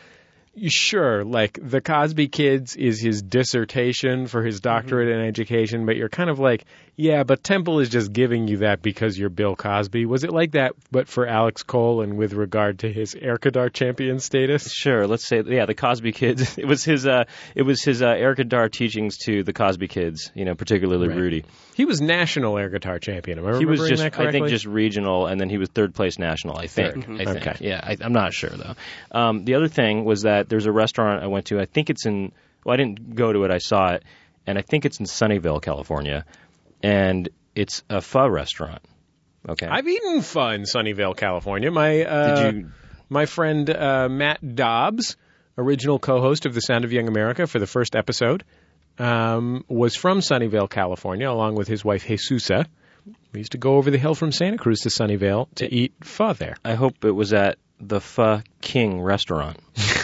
you- sure, like the Cosby Kids is his dissertation for his doctorate in education, but you're kind of like, yeah, but Temple is just giving you that because you're Bill Cosby. Was it like that but for Alex Cole and with regard to his Air Cadar champion status?
Sure, let's say yeah, the Cosby Kids. [laughs] It was his uh, it was his uh, Eric Adar teachings to the Cosby Kids. You know, particularly Rudy.
He was national air guitar champion. Am I
He
remembering
was just
that
I
correctly?
think just regional, and then he was third place national. I think. I think.
Okay.
Yeah, I, I'm not sure though. Um, the other thing was that there's a restaurant I went to. I think it's in. Well, I didn't go to it. I saw it, and I think it's in Sunnyvale, California, and it's a pho restaurant. Okay.
I've eaten pho in Sunnyvale, California. My uh,
Did you-
my friend uh, Matt Dobbs, original co-host of The Sound of Young America for the first episode, um, was from Sunnyvale, California, along with his wife Jesusa. We used to go over the hill from Santa Cruz to Sunnyvale to eat pho there.
I hope it was at the Pho King restaurant.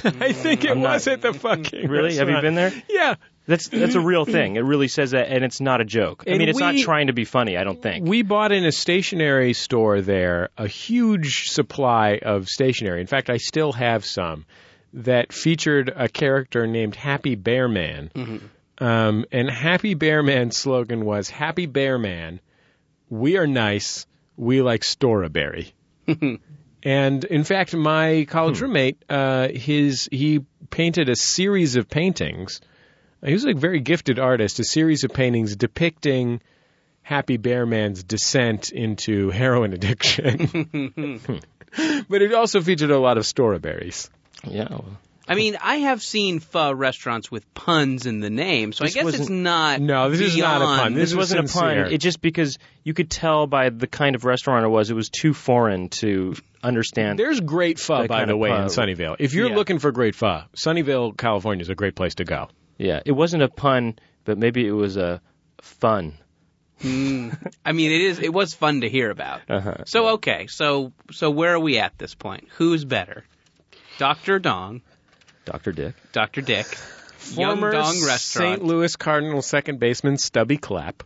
I think it was at [laughs] the fucking
Really? Have you been there?
Yeah.
That's that's a real thing. It really says that, and it's not a joke. I
And
mean, it's not
we-
trying to be funny. I don't think.
We bought in a stationery store there a huge supply of stationery. In fact, I still have some that featured a character named Happy Bear Man. Um, and Happy Bear Man's slogan was Happy Bear Man, we are nice, we like Storaberry. and in fact, my college roommate, uh, his he painted a series of paintings. He was a very gifted artist, a series of paintings depicting Happy Bear Man's descent into heroin addiction. [laughs] but it also featured a lot of storaberries.
yeah. well,
I mean, I have seen pho restaurants with puns in the name, so
This
I guess it's
wasn't-
not.
No, this is not a pun.
beyond-
This
This
is
wasn't a
sincere.
pun. It just because you could tell by the kind of restaurant it was, it was too foreign to understand.
There's great pho,
That
by
kind
the
of
way, in
pho.
Sunnyvale. If you're
Yeah.
looking for great pho, Sunnyvale, California is a great place to go.
yeah, it wasn't a pun, but maybe it was a fun.
I mean, it is. It was fun to hear about.
Uh-huh.
So okay, so so where are we at this point? Who's better, Doctor Dong,
Dr. Dick.
Doctor Dick,
Former
Young Dong Restaurant?
St. Louis Cardinal second baseman Stubby Clapp,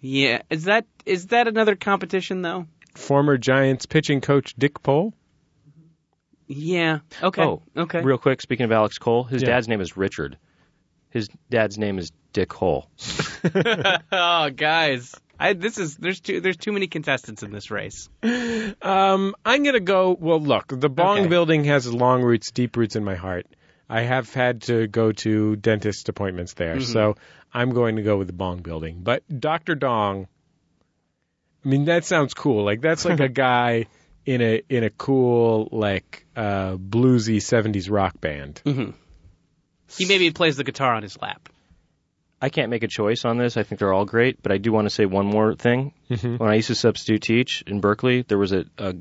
Yeah, is that is that another competition though?
former Giants pitching coach Dick Pole.
Yeah. Okay.
Oh,
okay.
Real quick, speaking of Alex Cole, his
Yeah.
dad's name is Richard. His dad's name is Dick Hole.
Oh, guys, I, this is there's too there's too many contestants in this race.
I'm going to go. Well, look, the Bong
Okay.
building has long roots, deep roots in my heart. I have had to go to dentist appointments there, so I'm going to go with the Bong building. But Dr. Dong, I mean, that sounds cool. Like that's like a guy in a in a cool like uh, bluesy '70s rock band.
He maybe plays the guitar on his lap.
I can't make a choice on this. I think they're all great, but I do want to say one more thing. When I used to substitute teach in Berkeley, there was a, a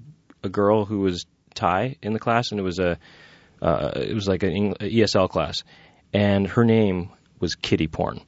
a girl who was Thai in the class, and it was a uh, it was like an Eng- a ESL class, and her name was Kitty Porn.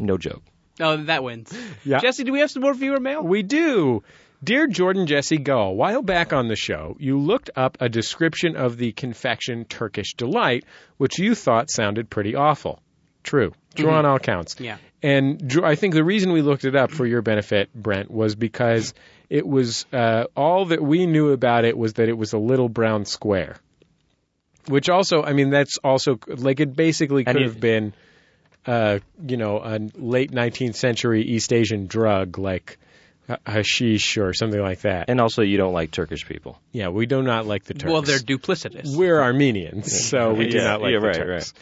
No joke.
Oh, that wins.
Yeah.
Jesse, do we have some more viewer mail?
We do. Dear Jordan Jesse Go, a while back on the show, you looked up a description of the confection Turkish Delight, which you thought sounded pretty awful. True. True on all counts.
Yeah.
And Dr- I think the reason we looked it up for your benefit, Brent, was because it was uh, all that we knew about it was that it was a little brown square. Which also, I mean, that's also like it basically could
it-
have been, uh, you know, a late 19th century East Asian drug like ha- hashish or something like that.
And also, you don't like Turkish people.
yeah, we do not like the Turks.
Well, they're duplicitous.
We're Armenians, so we do
Yeah,
not like
yeah,
the
right,
Turks.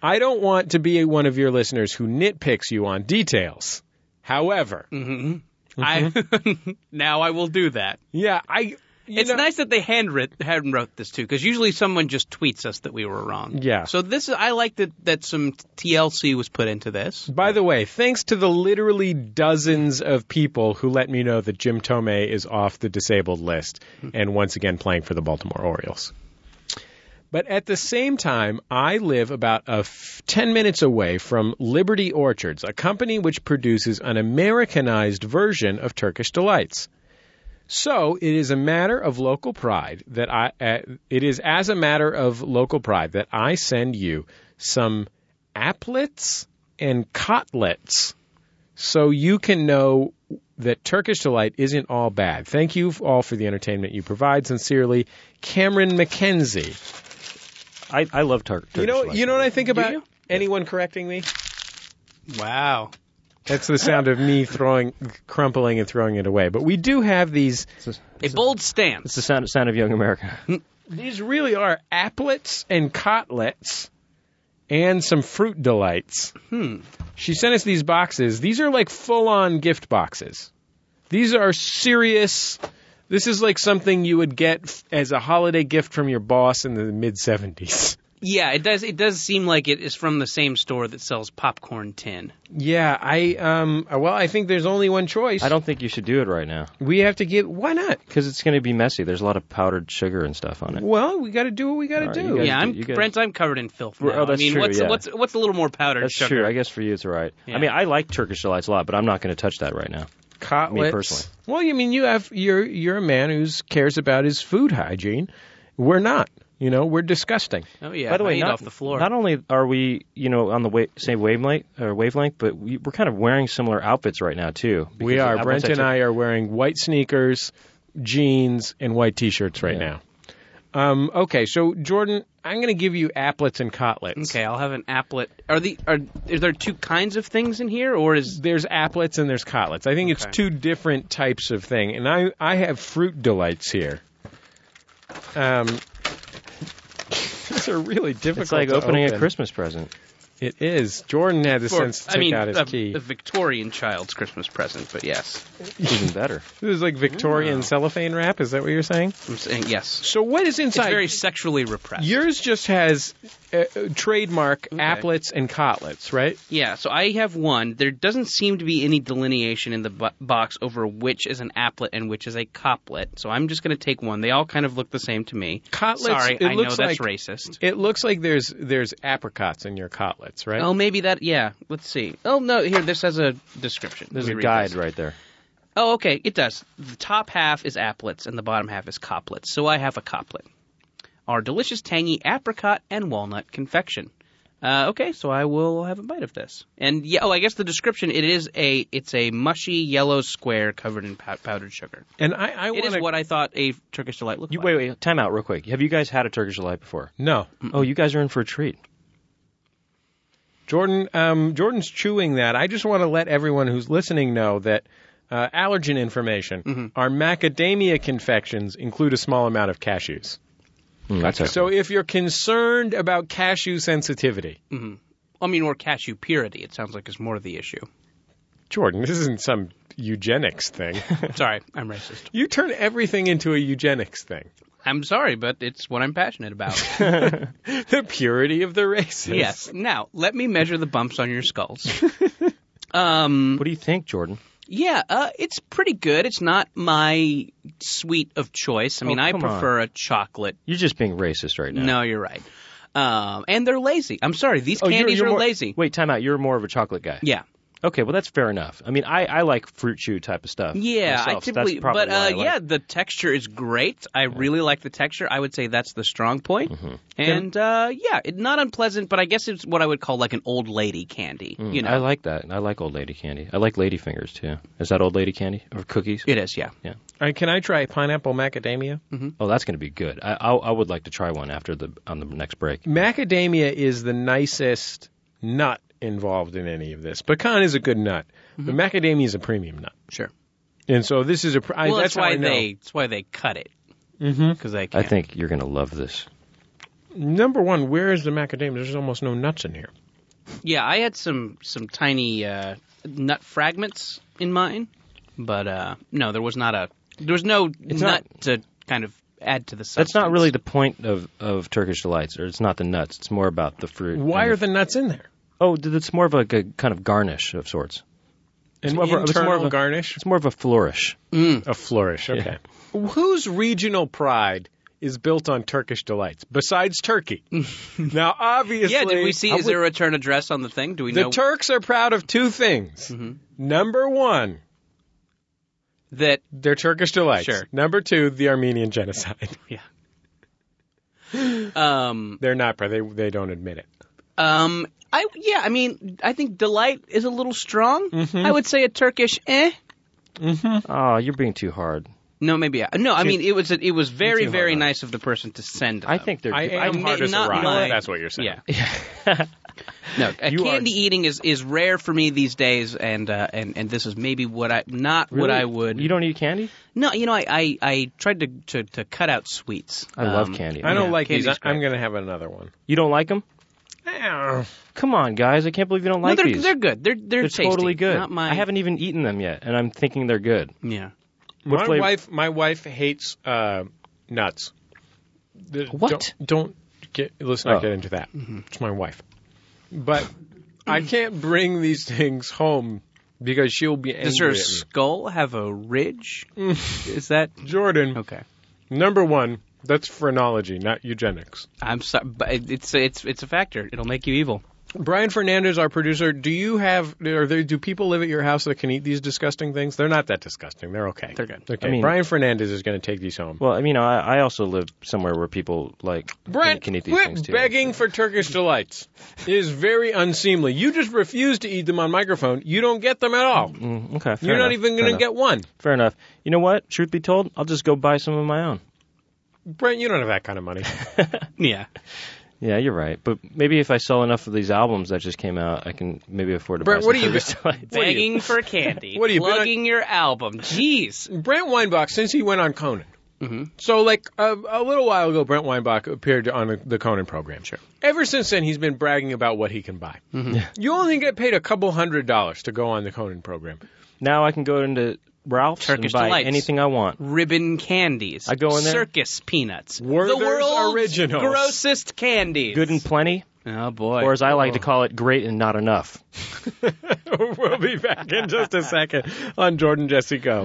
I don't want to be one of your listeners who nitpicks you on details. However,
Mm. I [laughs] now I will do that.
yeah, I. you
It's
know-
nice that they handwrit handwrote this too, because usually someone just tweets us that we were wrong.
Yeah.
So this is I like that that some TLC was put into this.
By the way, thanks to the literally dozens of people who let me know that Jim Tomei is off the disabled list and once again playing for the Baltimore Orioles. But at the same time, I live about a f- 10 minutes away from Liberty Orchards, a company which produces an Americanized version of Turkish Delights. So it is a matter of local pride that I, uh, it is as a matter of local pride that I send you some applets and cotlets so you can know that Turkish Delight isn't all bad. Thank you all for the entertainment you provide. Sincerely, Cameron McKenzie.
I, I love Tur- Turkish.
You know,
life.
you know what I think about
you?
anyone correcting me?
Wow.
That's the sound of me throwing, crumpling and throwing it away. But we do have these
A bold
It's
stance.
the sound, sound of young America.
These really are applets and cotlets and some fruit delights. Hmm. She sent us these boxes. These are like full on gift boxes. These are serious. This is like something you would get f- as a holiday gift from your boss in the mid 70s.
Yeah, it does it does seem like it is from the same store that sells popcorn tin.
[laughs] Yeah, I um well, I think there's only one choice.
I don't think you should do it right now
we have to get why not?
because it's going to be messy. There's a lot of powdered sugar and stuff on it.
Well, we got to do what we got to
All right,
do.
you guys-
Yeah, I'm
you guys-
Brent. I'm covered in filth.
Well,
Now.
oh, that's
I mean,
true,
what's
yeah.
what's what's a little more powdered
That's
sugar?
true. I guess for you, it's all right.
Yeah.
I mean, I like Turkish delights a lot, but I'm not going to touch that right now.
cotlets.
Me personally.
Well, you mean you have you're you're a man who cares about his food hygiene. We're not. You know, we're disgusting.
Oh yeah.
By the way,
I eat
not,
off the floor.
not only are we, you know, on the wa- same wavelength or wavelength, but we, we're kind of wearing similar outfits right now too.
we
Because
are.
I-
Brent
once
and
took-
I are wearing white sneakers, jeans, and white t-shirts right
Yeah.
now. Um, okay, so Jordan, I'm going to give you applets and cotlets.
Okay, I'll have an applet. Are the are is there two kinds of things in here, or is
There's applets and there's cotlets. I think it's
Okay.
two different types of thing. And I I have fruit delights here. Um, [laughs] these are really difficult.
It's like
to
opening [laughs]
open.
a Christmas present.
It is. Jordan had the
for-
sense to take
I mean
out his
a,
key.
a Victorian child's Christmas present? But yes,
Even better.
This is like Victorian cellophane wrap. Is that what you're saying?
I'm saying yes.
Mm. So what is
It's
inside?
very sexually repressed.
Yours just has uh, uh, trademark applets and cotlets, right?
Yeah, so I have one. There doesn't seem to be any delineation in the bo- box over which is an applet and which is a coplet. So I'm just going to take one. They all kind of look the same to me.
Cotlets,
Sorry,
it
I
looks
know that's
like-
racist.
It looks like there's there's apricots in your cotlets, right?
Oh, maybe that. Yeah, let's see. Oh no, here this has a description.
There's
Let me
a
read
guide
this.
right there.
Oh, okay, it does. The top half is applets and the bottom half is coplets. So I have a coplet. Our delicious, tangy apricot and walnut confection. Uh, okay, so I will have a bite of this. And yeah, oh, I guess the description it is a it's a mushy yellow square covered in pow- powdered sugar.
and I, I
It
want
is what I thought a Turkish delight looked
You,
like.
wait, wait, time out real quick. Have you guys had a Turkish delight before?
No,
Mm.
Oh, you guys are in for a treat.
Jordan. Um, Jordan's chewing that. I just want to let everyone who's listening know that. Uh, allergen information.
Mm-hmm.
Our macadamia confections include a small amount of cashews.
Mm,
that's
So if you're concerned about cashew sensitivity,
I mean, or cashew purity. It sounds like is more the
[laughs]
issue.
Jordan, this isn't some eugenics
[laughs]
thing.
Sorry, I'm racist.
you turn everything into a eugenics thing.
I'm sorry, but it's what I'm passionate
[laughs]
about.
The purity of the races.
yes. Now, let me measure the bumps on your skulls.
What do you think, Jordan?
Yeah, uh, it's pretty good. It's not my sweet of choice. I mean, I
Oh, come
prefer a chocolate.
You're just being racist right now.
No, you're right. Um, and they're lazy. I'm sorry. These
Oh, you're-
candies
you're
are
more-
lazy.
Wait, time out. You're more of a chocolate guy.
Yeah.
Okay, well that's fair enough. I mean, I, I like fruit chew type of stuff.
Yeah, I
myself, so that's
typically,
probably
but uh,
why I like
yeah, the texture is great. I really like the texture. I would say that's the strong point.
Mm-hmm.
And uh, yeah, it, not unpleasant, but I guess it's what I would call like an old lady candy. you know,
Mm. I like that. I like old lady candy. I like lady fingers too. Is that old lady candy or cookies?
it is. Yeah.
All right, Uh, can I try pineapple macadamia?
Oh, that's going to be good. I, I I would like to try one after the on the next break.
Macadamia is the nicest
Mm-hmm.
nut involved in any of this. Pecan is a good nut, but macadamia is a premium nut.
Sure.
And so this is a. pr- I,
well,
that's
that's
how I
why
know.
they that's why they cut it
Mhm.
because they.
Mm-hmm. I
Can't.
think you're gonna love this.
Number one, where is the macadamia? There's almost no nuts in here.
Yeah, I had some some tiny uh, nut fragments in mine, but uh, no, there was not a there was no nut to kind of add to the substance.
That's not really the point of, of Turkish delights, or it's not the nuts. It's more about the fruit.
Why
and
are the nuts in there?
Oh, th- it's more of like a kind of garnish of sorts.
An
more of a-
internal
it's more of a-
garnish,
It's more of
[laughs]
a flourish.
a flourish. Okay. Whose regional pride is built on Turkish delights besides [laughs] Turkey? now, obviously,
Yeah, did we see?
I
Is
would-
there a return address on the thing? Do we
the
know
Turks are proud of two things.
Mm-hmm.
Number one,
that?
their Turkish delights.
Sure.
Number two, the Armenian genocide. [laughs]
Um,
They're not proud. They they don't admit it.
um, I yeah, I mean, I think delight is a little strong.
Mm-hmm.
I would say a Turkish eh.
Oh, you're being too hard.
No, maybe I, no. I mean, it was it was very
too
very
hard.
nice of the person to send.
I
them.
think they're.
I am
may
hard as a
not
rock.
mind-
That's what you're saying.
Yeah. [laughs] no, uh,
You are-
candy eating is, is rare for me these days, and uh, and and this is maybe what I not what I would.
You don't eat candy?
no, you know, I I, I tried to, to to cut out sweets.
I love
Um,
candy.
I don't
Yeah,
like these.
candy's
I- I'm
great.
going to have another one.
You don't like them?
Ah,
Come on, guys! I can't believe you don't like
no, they're,
these.
they're good. They're they're,
They're
tasty.
totally good.
Not my.
I haven't even eaten them yet, and I'm thinking they're good.
Yeah.
What
my
flavor-
wife, my wife hates uh, nuts. The-
What?
Don't, don't get. Let's not
Oh.
get into that. It's my wife. But I can't bring these things home because she'll be angry.
Does her
at me.
skull have a
[laughs]
ridge? is that
Jordan,
okay?
number one. That's phrenology, not eugenics.
I'm sorry, but it- it's it's it's a factor. It'll make you evil.
Brian Fernandez, our producer, do you have? Are there, do people live at your house that can eat these disgusting things? They're not that disgusting. They're okay.
They're good.
Okay.
I mean-
Brian Fernandez is going to take these home.
Well, I mean, I, I also live somewhere where people like can-
Brent,
can eat these
quit
things too.
begging for Turkish delights. It is very unseemly. You just refuse to eat them on microphone. You don't get them at all.
Mm, okay, fair
You're not
enough,
even
fair
going to
enough.
get one.
Fair enough. You know what? Truth be told, I'll just go buy some of my own.
Brent, you don't have that kind [laughs] of money.
Yeah.
Yeah, you're right. But maybe if I sell enough of these albums that just came out, I can maybe afford to
Brent,
buy
what
some
are you-
Turkish delights.
What are you-
Begging for
[laughs]
candy.
What are you, been on-
plugging your album? Jeez.
Brent Weinbach, since he went on Conan.
Mhm.
So, like a, a little while ago, Brent Weinbach appeared on the Conan program. Sure. Mm-hmm. Ever since then, he's been bragging about what he can buy. [laughs] You only get paid a couple hundred dollars to go on the Conan program.
Now I can go into Ralph's
Turkish
and buy
delights.
anything I want.
ribbon candies.
I go in there-
Circus peanuts. the
Werther's
world's
Originals.
grossest candies.
Good and plenty,
oh boy.
or as I like to call it, great and not enough.
[laughs] we'll be back in just a second on Jordan Jesse Go.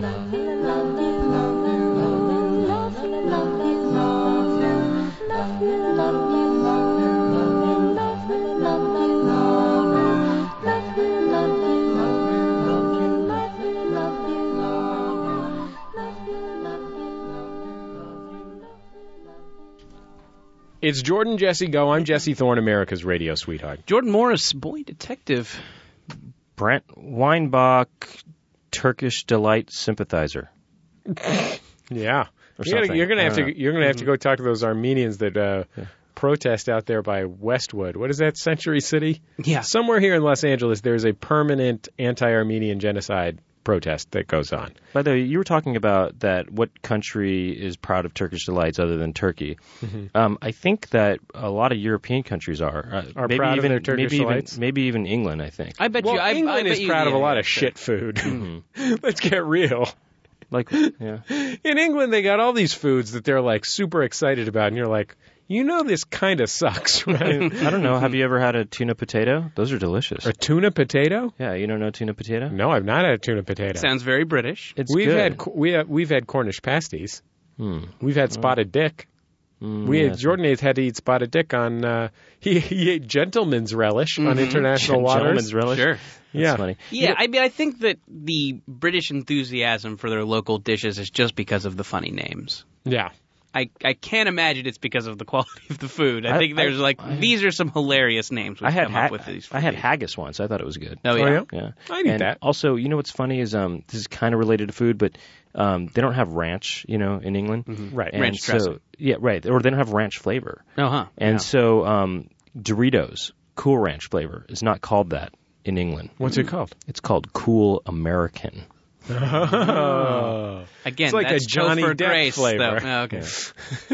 It's Jordan Jesse Go. I'm Jesse Thorne, America's radio sweetheart.
Jordan Morris, boy detective.
Brent Weinbach, Turkish delight sympathizer.
Yeah,
Or
you're
something.
gonna, you're gonna
I
have
don't
to
know.
you're gonna have to go talk to those Armenians that uh, protest out there by Westwood. What is that Century City?
Yeah.
Somewhere here in Los Angeles, there's a permanent anti-Armenian genocide protest that goes on.
By the way, you were talking about that. What country is proud of Turkish delights other than Turkey?
Mm-hmm.
Um, I think that a lot of European countries are. Uh,
Are
maybe
proud of
even,
their Turkish
maybe even-
delights?
maybe even England. I think.
I bet
Well, Mm-hmm.
you. I,
England
I bet
is
you,
proud of a
yeah,
lot
yeah,
of
sure.
shit food. [laughs] Let's get real. [laughs]
Like, yeah.
In England, they got all these foods that they're like super excited about, and you're like, you know, this kind of sucks, [laughs] right?
I don't know. Have you ever had a tuna potato? Those are delicious.
a tuna potato?
Yeah, you don't know tuna potato?
No, I've not had a tuna potato.
[laughs] Sounds very British.
It's
we've
good.
had co- we have, we've had Cornish pasties. We've had spotted dick.
Mm,
We
Oh. yes.
had, Jordan has had to eat spotted dick on uh, [laughs] he he ate gentleman's relish on international waters.
Mm-hmm. Gentleman's relish.
Sure.
That's
Yeah.
funny.
Yeah, I mean, I think that the British enthusiasm for their local dishes is just because of the funny names.
yeah,
I, I can't imagine it's because of the quality of the food. I,
I-
think there's
I-
like
I-
these are some hilarious names. We've
I had
come
ha-
up with these. for
I had
these.
haggis once. I thought it was good.
Oh, yeah.
Oh, yeah?
Yeah.
I'd eat
and
that.
Also, you know what's funny is um this is kind of related to food, but um they don't have ranch, you know, in England.
right.
And
Mm-hmm. Ranch
so,
dressing.
Yeah, right. Or they don't have ranch flavor.
Oh, huh.
And
Yeah.
so um Doritos, Cool Ranch flavor is not called that in England.
What's it called?
It's called Cool American.
Again,
It's like a
that's
Johnny
Topher
Depp
Grace,
flavor.
Though. Oh, okay.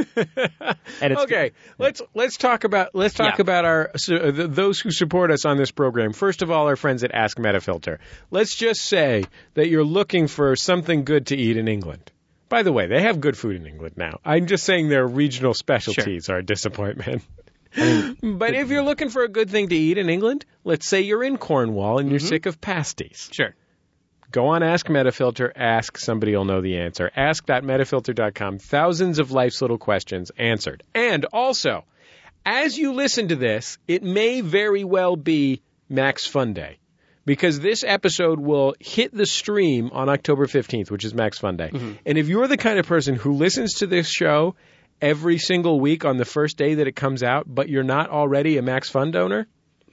And it's-
okay, let's let's talk about let's talk
Yeah.
about our so, uh, th- those who support us on this program. First of all, our friends at Ask Metafilter. Let's just say that you're looking for something good to eat in England. By the way, they have good food in England now. I'm just saying their regional specialties are a disappointment. [laughs] but if you're looking for a good thing to eat in England, let's say you're in Cornwall and you're sick of pasties
Sure.
go on Ask Metafilter, ask, somebody will know the answer. Ask.metafilter.com. Thousands of life's little questions answered. And also, as you listen to this, it may very well be Max Fun Day. Because this episode will hit the stream on October 15th, which is Max Fun Day. And if you're the kind of person who listens to this show every single week on the first day that it comes out, but you're not already a Max Fun donor,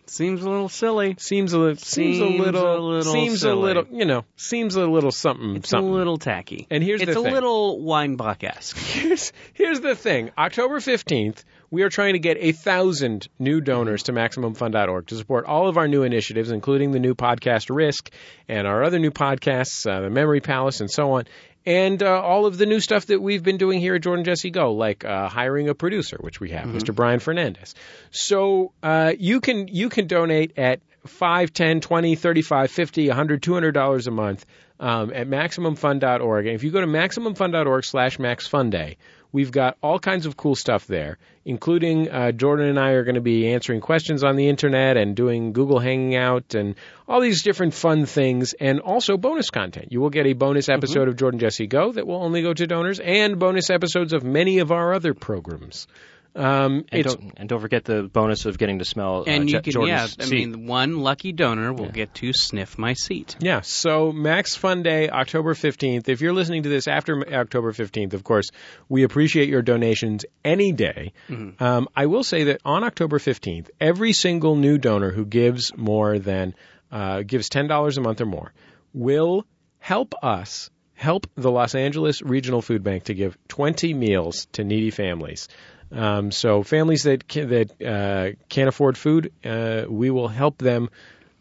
Seems a little silly.
seems a little, seems,
Seems
a
a
little,
little
seems a
silly.
little, you know, seems a little something,
It's
something.
a little tacky.
And here's
it's
the
a
thing. Uh,
little Weinbach esque.
here's, here's the thing. October 15th, we are trying to get a thousand new donors to MaximumFund.org to support all of our new initiatives, including the new podcast Risk and our other new podcasts, uh, the Memory Palace, and so on. And uh, all of the new stuff that we've been doing here at Jordan Jesse Go, like uh, hiring a producer, which we have, Mr. Brian Fernandez. So uh, you can you can donate at 5 10 20 35 50 100 200 dollars a month um, at maximumfund.org and if you go to maximumfund.org slash maxfunday we've got all kinds of cool stuff there including uh, jordan and i are going to be answering questions on the internet and doing google hangout and all these different fun things and also bonus content you will get a bonus episode of jordan jesse go that will only go to donors and bonus episodes of many of our other programs um,
And
it's
don't, and don't forget the bonus of getting to smell
And
uh,
you
J-
can,
Jordan's
yeah, I
seat.
mean, one lucky donor will get to sniff my
[laughs]
seat.
Yeah, so Max Fun Day, October 15th. If you're listening to this after M- October 15th, of course, we appreciate your donations any day. Um, I will say that on October 15th, every single new donor who gives more than, uh, gives $10 a month or more, will help us help the Los Angeles Regional Food Bank to give 20 meals to needy families. Um, so families that can, that uh, can't afford food, uh, we will help them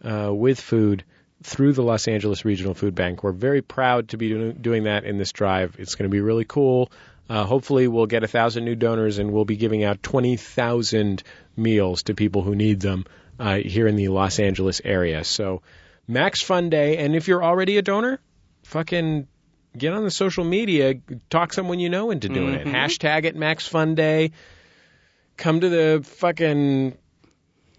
uh, with food through the Los Angeles Regional Food Bank. We're very proud to be do- doing that in this drive. It's going to be really cool. Uh, hopefully, we'll get a thousand new donors, and we'll be giving out twenty thousand meals to people who need them uh, here in the Los Angeles area. So, Max Fun Day, and if you're already a donor, fucking get on the social media, talk someone you know into doing it. Hashtag it Max Fun Day. Come to the fucking,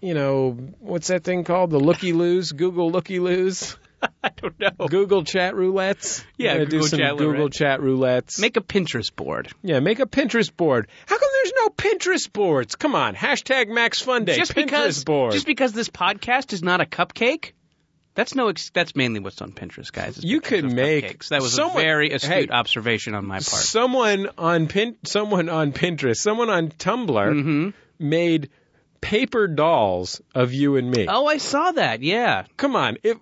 you know, what's that thing called? The looky loos. Google looky loos.
I don't
[laughs]
know.
Google chat roulettes. We're
Yeah,
gonna do
Google
some
chat
Google
roulette.
chat roulettes.
Make a Pinterest board.
yeah, make a Pinterest board. How come there's no Pinterest boards? Come on, hashtag Max Fun Day.
just
Pinterest
because
board.
just because this podcast is not a cupcake. That's no. Ex- that's mainly what's on Pinterest, guys. is
You
pictures
could
of
make
cupcakes. That was
someone-
a very astute
hey.
observation on my part.
Someone on Pin, someone on Pinterest, someone on Tumblr
Mm-hmm.
made paper dolls of you and me.
Oh, I saw that. Yeah,
Come on, if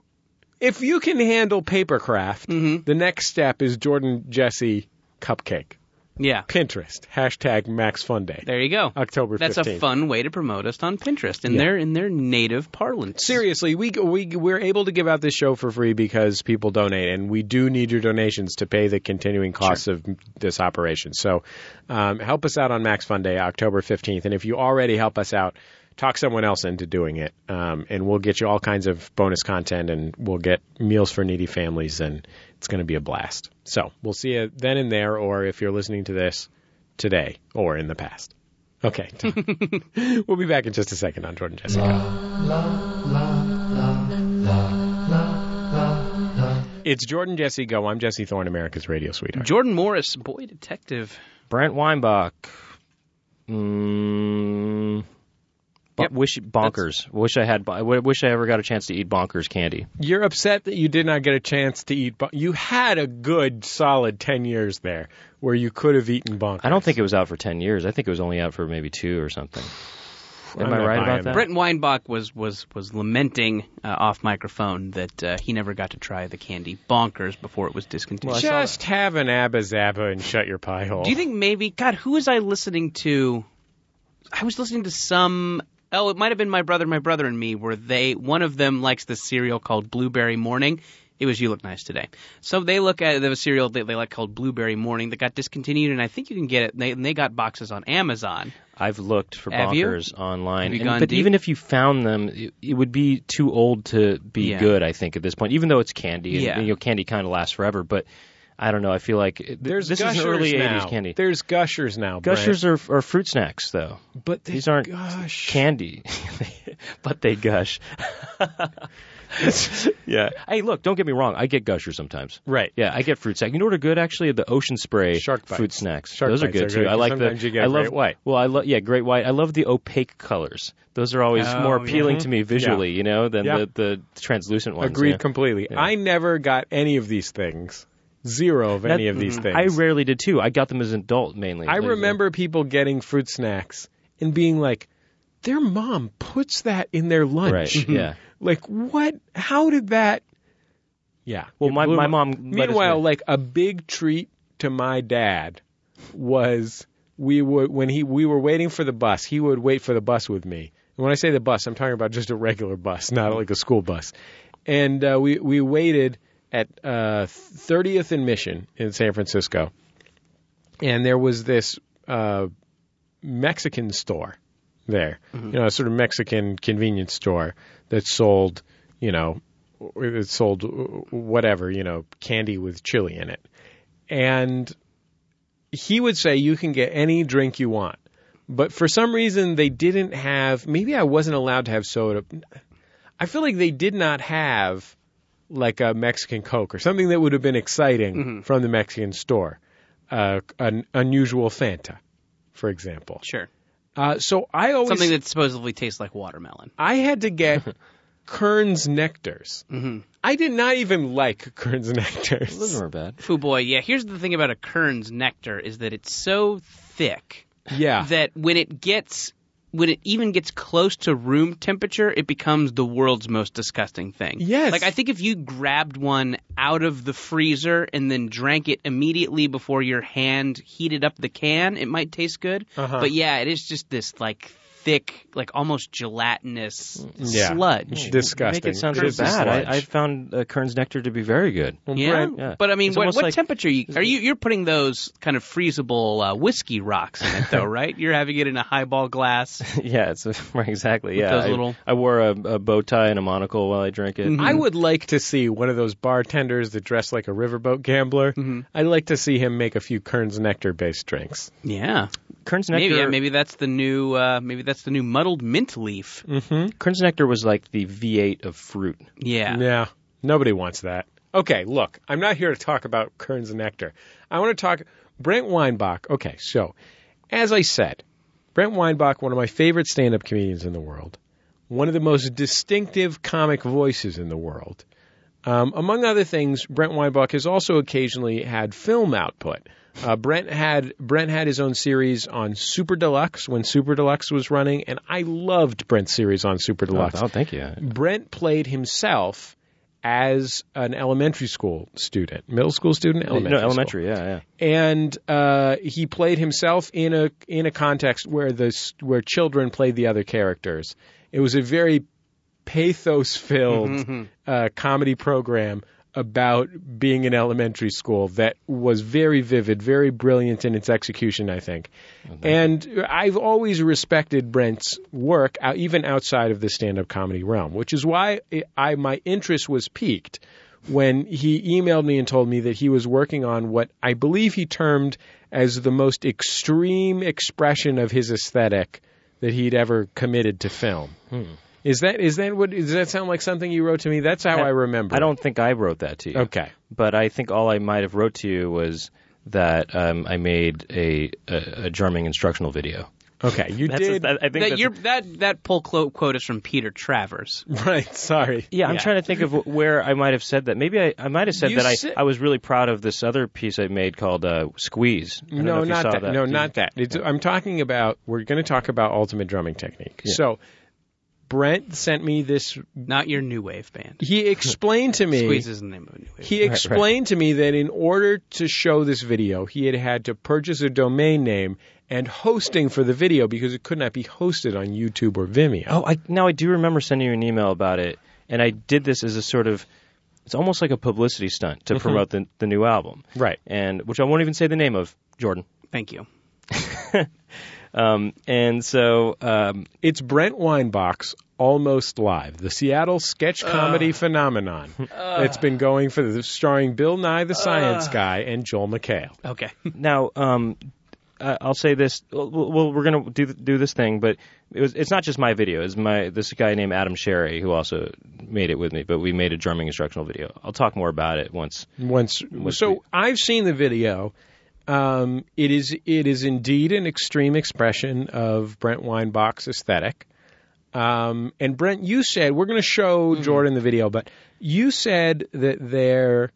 if you can handle paper craft,
Mm-hmm.
the next step is Jordan Jesse cupcake.
yeah.
Pinterest hashtag Max Fun Day.
There you go.
October
That's
15th.
a fun way to promote us on Pinterest in their in their native parlance.
Seriously, we we we're able to give out this show for free because people donate, and we do need your donations to pay the continuing costs of this operation. So, um, help us out on Max Fun Day, October fifteenth, and if you already help us out, talk someone else into doing it, um, and we'll get you all kinds of bonus content, and we'll get meals for needy families, and it's going to be a blast. So, we'll see you then and there, or if you're listening to this today or in the past. Okay, we'll be back in just a second on Jordan Jessica. It's Jordan Jesse Go. I'm Jesse Thorne, America's radio sweetheart.
Jordan Morris, boy detective.
Brent Weinbach. Mm, bo-
Yep,
wish bonkers. Wish I had. bo- I w- wish I ever got a chance to eat bonkers candy.
You're upset that you did not get a chance to eat. Bon- you had a good, solid ten years there where you could have eaten bonkers.
I don't think it was out for ten years. I think it was only out for maybe two or something. Am
I'm
I
not
right
buying
about that?
that.
Brent Weinbach was was was lamenting uh, off microphone that uh, he never got to try the candy bonkers before it was discontinued.
Just have an Abba Zabba and shut your pie hole.
Do you think maybe God? Who was I listening to? I was listening to some. Oh, it might have been my brother, my brother and me. Where they one of them likes this cereal called Blueberry Morning, It was You Look Nice Today. So they look at the cereal that they like called Blueberry Morning that got discontinued, and I think you can get it. They, and they got boxes on Amazon.
I've looked for
Have you?
bonkers online,
Have you
And-
gone
but
deep?
even if you found them, it, it would be too old to be
Yeah.
good. I think at this point, even though it's candy, and,
Yeah.
you know, candy kind of lasts forever. But I don't know. I feel like it- th-
There's
this
gushers
is early
now.
'80s candy.
There's gushers now. Brent.
Gushers are, are fruit snacks, though.
but they
These aren't
gush.
candy, [laughs] but they gush. yeah. Hey, look, don't get me wrong. I get gushers sometimes.
Right.
Yeah, I get fruit snacks. You know what are good actually? The ocean spray
Shark bites.
fruit snacks.
Shark
Those are
bites
good
are
too.
great.
I like
Sometimes
the.
you get
I love
great white.
Well, I love yeah, great white. I love the opaque colors. Those are always
Oh,
more
yeah.
appealing to me visually, you know, than
Yeah.
the, the translucent ones.
Agreed
you know?
completely.
Yeah.
I never got any of these things. Zero of
That- Mm-hmm.
any of these things.
I rarely did too. I got them as an adult mainly.
I
Like,
remember people getting fruit snacks and being like, their mom puts that in their lunch. [laughs]
Right, yeah.
Like, what? How did that? Yeah.
Well,
It
my-
blew
my mom let us
Meanwhile,
know.
like a big treat to my dad was we would when he we were waiting for the bus. He would wait for the bus with me. And when I say the bus, I'm talking about just a regular bus,
Mm-hmm.
not like a school bus. And uh, we we waited at uh, 30th and Mission in San Francisco and there was this uh, Mexican store there,
Mm-hmm.
you know, a sort of Mexican convenience store that sold, you know, it sold whatever, you know, candy with chili in it. And he would say, you can get any drink you want. But for some reason, they didn't have, maybe I wasn't allowed to have soda. I feel like they did not have like a Mexican Coke or something that would have been exciting
Mm-hmm.
from the Mexican store uh, an unusual Fanta, for example.
Sure.
Uh, so I always
Something that supposedly tastes like watermelon.
I had to
[laughs]
get Kern's Nectars. I did not even like Kern's [laughs] Nectars.
Those weren't bad.
Foo boy, yeah. Here's the thing about a Kern's nectar is that it's so thick
yeah,
that when it gets when it even gets close to room temperature, it becomes the world's most disgusting thing.
Yes.
Like I think if you grabbed one out of the freezer and then drank it immediately before your hand heated up the can, it might taste good.
Uh-huh.
But yeah, it is just this like thick, like almost gelatinous
Yeah.
sludge.
disgusting.
Make it sound
It
so
is
bad.
sludge.
I, I found uh, Kern's nectar to be very good.
Yeah?
Brent-
yeah.
but I mean,
It's
what,
almost
what
like-
temperature you, are you? You're putting those kind of freezable uh, whiskey rocks in it,
[laughs]
though, right? You're having it in a highball glass.
Yeah, it's [laughs] right, exactly. yeah,
those
I,
little-
I wore a, a bow tie and a monocle while I drank it.
I would like to see one of those bartenders that dress like a riverboat gambler. I'd like to see him make a few Kern's Nectar based drinks.
Yeah,
Kern's nectar,
maybe yeah, maybe that's the new uh, maybe that's the new muddled mint leaf.
Mm. Kern's nectar was like the V8 of fruit.
Yeah.
Yeah, nobody wants that. Okay, look, I'm not here to talk about Kern's Nectar. I want to talk Brent Weinbach. Okay, so as I said, Brent Weinbach, one of my favorite stand-up comedians in the world, one of the most distinctive comic voices in the world. Um, among other things, Brent Weinbach has also occasionally had film output. Uh, Brent had Brent had his own series on Super Deluxe when Super Deluxe was running, and I loved Brent's series on Super Deluxe.
Oh, thank you.
Brent played himself as an elementary school student, middle school student, elementary,
Oh, no,
school.
elementary. Yeah, yeah.
and uh, he played himself in a in a context where the s- where children played the other characters. It was a very pathos filled uh, comedy program about being in elementary school that was very vivid, very brilliant in its execution, I think. And I've always respected Brent's work, uh, even outside of the stand up comedy realm, which is why I, I my interest was piqued when he emailed me and told me that he was working on what I believe he termed as the most extreme expression of his aesthetic that he'd ever committed to film. Is that is that what does that sound like something you wrote to me? That's how Oh, I, remember.
I
it.
don't think I wrote that to you.
Okay.
But I think all I might have wrote to you was that um, I made a, a, a drumming instructional video.
Okay, you
That's
did.
I think
That
that's-
you're, that that pull quote, quote is from Peter
[laughs]
Travers.
[laughs] right. Sorry.
Yeah, I'm trying to think of where I might have said that. Maybe I, I might have said
You
that I,
said-
I was really proud of this other piece I made called uh, Squeeze. I don't know
No,
if you
not
saw
that. No,
Did-
not that. It's, I'm talking about. We're going to talk about ultimate drumming technique. So, Brent sent me this.
Not your new wave band.
He explained to me.
Squeeze is the name of a new wave.
He explained to me that in order to show this video, he had had to purchase a domain name and hosting for the video because it could not be hosted on YouTube or Vimeo.
Oh, I now I do remember sending you an email about it, and I did this as a sort of it's almost like a publicity stunt to promote the, the new album.
Right.
And which I won't even say the name of, Jordan.
Thank you.
Um, and so um,
It's Brent Weinbach's Almost Live, the Seattle sketch comedy phenomenon that's been going for the starring Bill Nye the Science Guy and Joel McHale.
[laughs]
Okay.
now um, I- I'll say this. Well, well, we're gonna do do this thing, but it was it's not just my video. It's my this guy named Adam Sherry who also made it with me. But we made a drumming instructional video. I'll talk more about it once.
Once, so
we-
I've seen the video. Um, it is it is indeed an extreme expression of Brent Weinbach's aesthetic. Um, and Brent, you said we're going to show
Hmm.
Jordan the video, but you said that there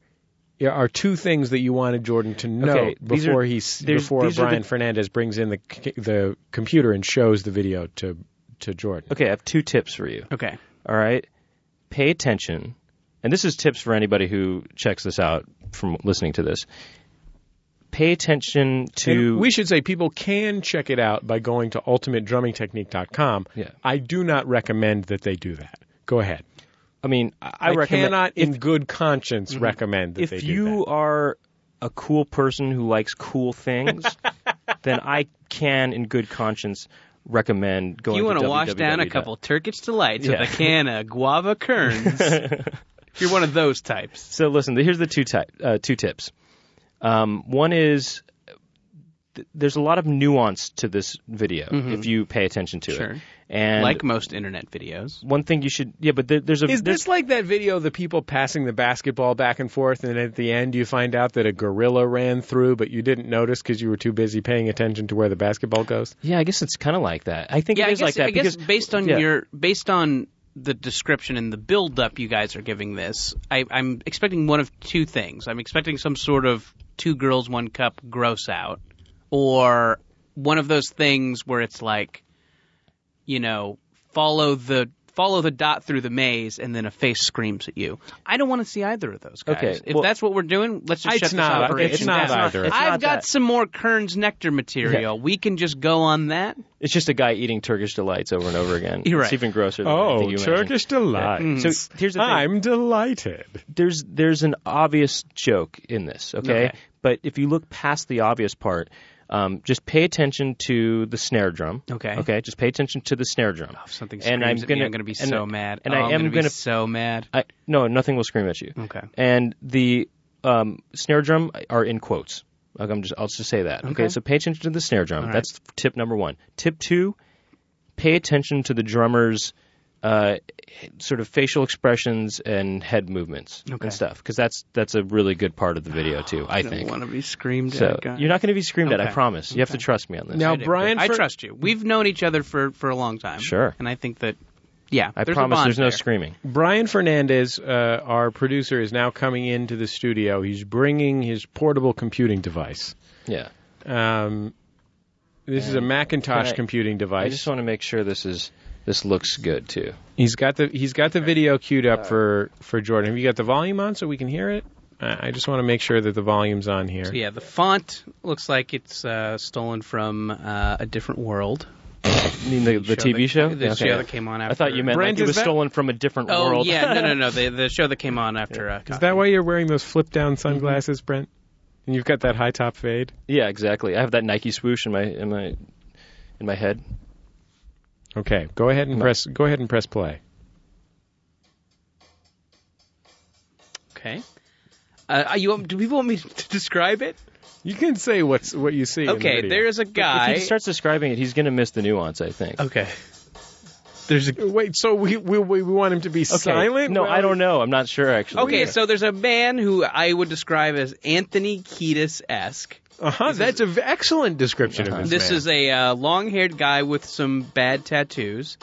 are two things that you wanted Jordan to know
Okay, these are-
before he s-
there's-
before
these are the-
Brian Fernandez brings in the c- the computer and shows the video to to Jordan.
Okay, I have two tips for you.
Okay.
All right. Pay attention. And this is tips for anybody who checks this out from listening to this. Pay attention to
And we should say people can check it out by going to ultimatedrummingtechnique.com.
Yeah.
I do not recommend that they do that. Go ahead.
I mean, I, I
I,
recommend Mm-hmm.
cannot, in good conscience, recommend that
if
they do
you
that.
are a cool person who likes
[laughs]
cool things, then I can in good conscience recommend going
You
want to E
wash down a
www.
couple Turkish delights
Yeah.
with a can of
[laughs]
guava kerns. if you're one of those types.
So listen, here's the two type, uh, two tips. Um, one is th- there's a lot of nuance to this video if you pay attention to
Mm-hmm. Sure.
it. And
like most internet videos.
one thing you should yeah, but there, there's a
Is
there's,
this like that video of the people passing the basketball back and forth, and at the end you find out that a gorilla ran through, but you didn't notice because you were too busy paying attention to where the basketball goes?
yeah, I guess it's kind of like that. I think
Yeah,
it
I
is
guess,
like that
I guess
because
based on
yeah.
your based on the description and the build up you guys are giving this, I, I'm expecting one of two things. I'm expecting some sort of two girls one cup gross out, or one of those things where it's like, you know, follow the follow the dot through the maze and then a face screams at you. I don't want to see either of those guys.
Okay,
if
well-
that's what we're doing, let's just
It's
shut
not-
this operation
it's
down.
not either.
It's
I've
not
got
that.
some more Kern's nectar material. We can just go on that.
it's just a guy eating Turkish delights over and over again.
[laughs] You're
It's
right.
even grosser. Than anything you mentioned.
delight.
Mm. So here's the thing.
I'm delighted.
there's there's an obvious joke in this, okay?
Okay.
But if you look past the obvious part, um, just pay attention to the snare drum.
Okay.
Okay. Just pay attention to the snare drum.
If something
And
screams
I'm
at me,
gonna-
I'm going to be
and-
so mad.
and
Oh,
I
I'm
am
gonna be
gonna-
so mad.
I, no, nothing will scream at you.
Okay.
And the um, snare drum are in quotes. Like I'm just, I'll just say that. Okay.
Okay.
So pay attention to the snare drum.
right.
That's tip number one. Tip two, pay attention to the drummer's uh, sort of facial expressions and head movements
Okay.
and stuff, because that's that's a really good part of the
[sighs]
video too. I
I
think.
don't want to be screamed
So
at. God.
you're not going to be screamed at. I
Okay.
promise. You have to trust me on this.
Now,
I do.
Brian,
I
Fer-
trust you. We've known each other for, for a long time.
Sure.
And I think that, yeah.
I
there's
promise.
A bond
There's no
there.
screaming.
Brian Fernandez, uh, our producer, is now coming into the studio. He's bringing his portable computing device.
Yeah.
Um, this is a Macintosh
Can I-
computing
I
device.
just want to make sure this is this looks good too.
he's got the he's got the video queued up for for Jordan. Have you got the volume on so we can hear it? I I just want to make sure that the volume's on here.
Yeah, the font looks like it's uh, stolen from uh, a different world.
You mean the, the
Show
TV
that-
show?
The
Okay.
show that came on after.
I thought you meant
Brent,
like it
is
was
that-
stolen from a different
Oh,
world.
yeah. [laughs] No, no, no. The, the show that came on after. Uh,
Is that why you're wearing those flip down sunglasses, Brent? And you've got that high top fade.
[laughs] yeah, exactly. I have that Nike swoosh in my in my in my head.
Okay, go ahead and press. Go ahead and press play.
Okay. Uh, are you, do people want me [laughs] to describe it?
You can say what's what you see. in the
Okay,
video.
there is a guy.
If he starts describing it, he's going to miss the nuance. I think.
okay. There's a
Wait, so we we, we we want him to be silent?
No,
Well,
I don't know. I'm not sure actually.
Okay, so there's a man who I would describe as Anthony Kiedis esque.
Uh-huh, that's an excellent description of
This
man.
is a uh, long haired guy with some bad tattoos,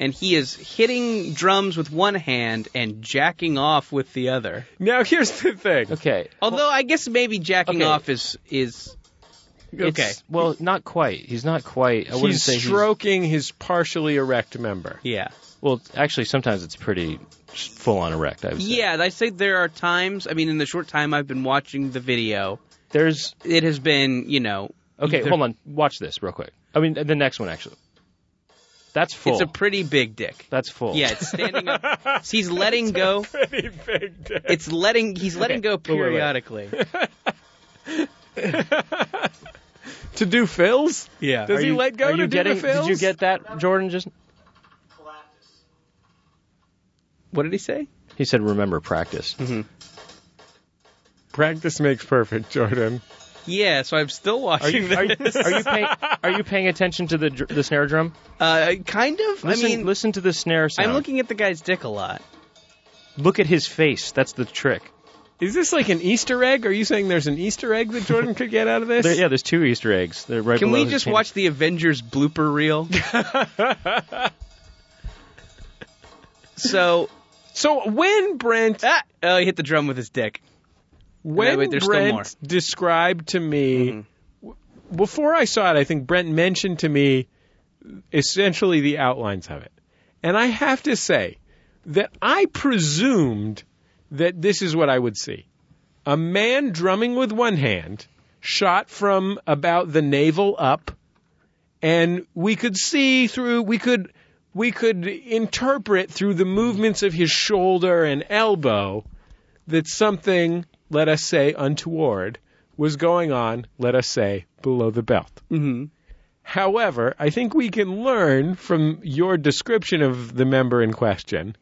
and he is hitting drums with one hand and jacking off with the other.
Now here's the thing.
Okay.
Although I guess maybe jacking
Okay.
off is is okay.
It's- well, not quite. He's not quite. I wouldn't
He's
say he's-
stroking his partially erect member.
Yeah,
Well, actually, sometimes it's pretty full on erect. I would say.
yeah. I say there are times. I mean, in the short time I've been watching the video,
There's
it has been you know.
okay.
either-
Hold on. Watch this real quick. I mean, the next one actually. That's full.
It's a pretty big dick.
That's full.
Yeah,
[laughs]
it's standing [laughs] up. So he's letting go.
Pretty big dick.
It's letting. He's letting go
wait, wait.
periodically.
to do fills?
Yeah.
Does
Are
he
you-
let go
are
to
you
do the
getting, Did you
fills?
get that, Jordan? Just
What did he say?
he said, remember [laughs] practice.
Practice makes perfect, Jordan.
Yeah. So I'm still
Are
watching [laughs]
you are you,
this.
are you paying are you paying attention to the dr- the snare drum?
uh, kind of.
Listen,
I mean,
listen to the snare sound.
I'm looking at the guy's dick a lot.
Look at his face. That's the trick.
Is this like an Easter egg? Are you saying there's an Easter egg that Jordan could get out of this?
There, yeah, there's two Easter eggs. They're right
Can
below
we
his
just
penis.
watch the Avengers blooper
[laughs]
reel? so,
So when Brent
ah, oh, he hit the drum with his dick.
when
wait, there's still more. Mm-hmm.
Brent described to me w- before I saw it, I think Brent mentioned to me essentially the outlines of it. And I have to say that I presumed that this is what I would see. A man drumming with one hand, shot from about the navel up, and we could see through we could we could interpret through the movements of his shoulder and elbow that something, let us say, untoward was going on, let us say, below the belt.
Mm-hmm.
However, I think we can learn from your description of the member in question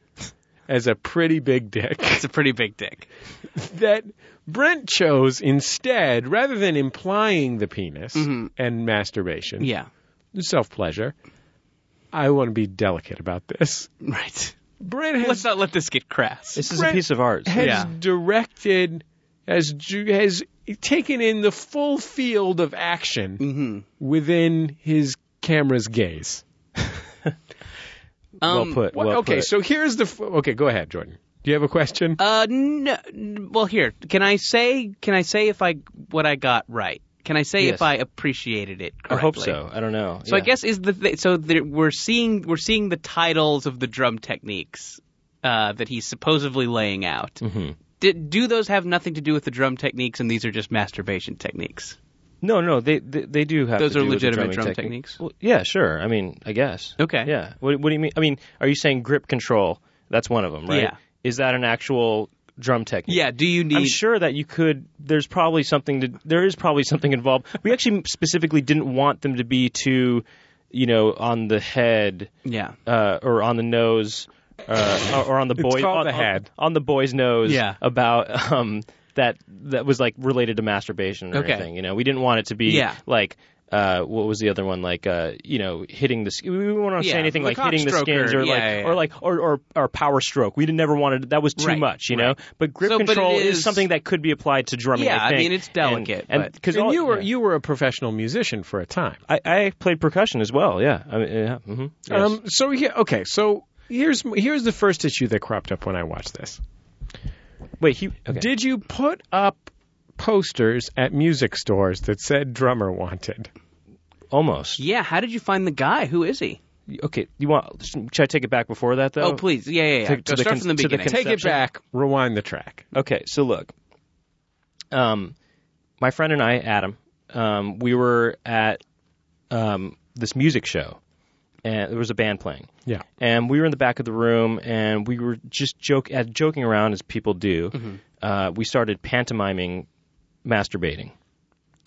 as a pretty big dick
It's a pretty big dick.
[laughs] that Brent chose instead, rather than implying the penis
Mm-hmm.
and masturbation,
Yeah.
self pleasure. I want to be delicate about this.
Right.
Brent has
Let's not let this get crass.
This is
Brett
a piece of
[laughs]
art.
has
Yeah.
directed, has ju- has taken in the full field of action within his camera's gaze.
Um,
well put.
What-
well
okay,
put.
so here's the. f- Okay, go ahead, Jordan. Do you have a question?
Uh, no, well, here, can I say, can I say if I, what I got right? Can I say
Yes.
if I appreciated it
I
correctly?
hope so. I don't know.
So I
Yeah.
guess is the th- so there, we're seeing we're seeing the titles of the drum techniques uh, that he's supposedly laying out. Mm-hmm. do those have nothing to do with the drum techniques, and these are just masturbation techniques?
no, no, they they, they do have
Those
to
are
do with the
legitimate
drumming
drum
technique.
techniques?
Well, yeah, sure. I mean, I guess.
Okay.
Yeah. What, what do you mean? I mean, are you saying grip control? That's one of them, right?
Yeah.
Is that an actual drum technique?
Yeah. Do you need?
I'm sure that you could. There's probably something to. There is probably something involved. We actually specifically didn't want them to be too, you know, on the head
Yeah.
uh, or on the nose
[laughs]
uh, or on the boy
called
on,
the head.
on, on the boy's nose
Yeah.
about um, that that was like related to masturbation or
Okay.
anything. You know, we didn't want it to be
Yeah.
like. Uh, what was the other one like? Uh, you know, hitting the. sk- We didn't want to
Yeah,
say anything
the
like hitting the
cockstroker,
skins or
yeah,
like
yeah, yeah.
or like or, or or power stroke. We didn't never wanted that was too
Right,
much, you
right.
know. But grip
So, but it
control is,
is-
something that could be applied to drumming.
Yeah,
I,
I
think.
mean, it's delicate,
And, and,
but-
'cause
and
all-
you were
yeah.
you were a professional musician for a time.
I, I played percussion as well. Yeah. I mean, yeah. hmm
Um, so yeah, okay, so here's here's the first issue that cropped up when I watched this.
Wait. He. Okay.
Did you put up posters at music stores that said drummer wanted?
Almost.
Yeah. How did you find the guy? Who is he?
Okay, you want? Should I take it back before that though?
Oh, please. Yeah. Yeah. yeah. Go
To- to the
start
con-
from the
to the
beginning.
con-
Take it
Inception.
back, rewind the track.
Okay, so look, um, my friend and I, Adam, um, we were at um, this music show, and there was a band playing.
Yeah.
and we were in the back of the room and we were just joke at joking around as people do.
Mm-hmm.
Uh, we started pantomiming, masturbating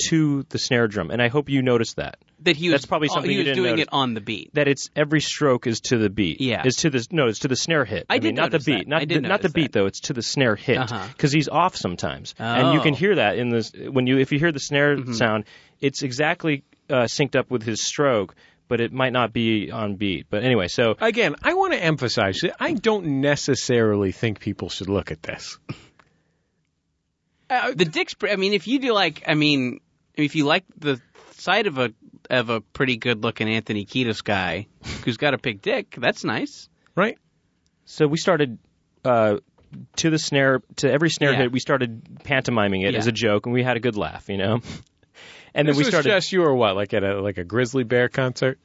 to the snare drum, and I hope you noticed that
that he was
That's probably
oh,
something
he
you
was
didn't
doing
notice.
it on the beat.
that it's every stroke is to the beat.
Yeah.
is to the no, it's to the snare hit.
I
I,
did
mean, not the
notice
beat,
that.
not
I did
the, not the
notice that.
beat though. It's to the snare hit because
Uh-huh.
he's off sometimes, and you can
Oh. Mm-hmm.
hear that in this when you if you hear the snare sound, it's exactly uh, synced up with his stroke, but it might not be on beat. But anyway, so
Again, I want to emphasize that I don't necessarily think people should look at this.
Uh,
The dick's. pre- I mean, if you do like, I mean, if you like the sight of a of a pretty good looking Anthony Kiedis guy who's got a big dick, that's nice.
Right?
so we started uh, to the snare to every snare
Yeah.
hit. We started pantomiming it
Yeah.
as a joke, and we had a good laugh, you know. [laughs] And then
this
we
was
started.
just you or what, like at a like a grizzly bear concert?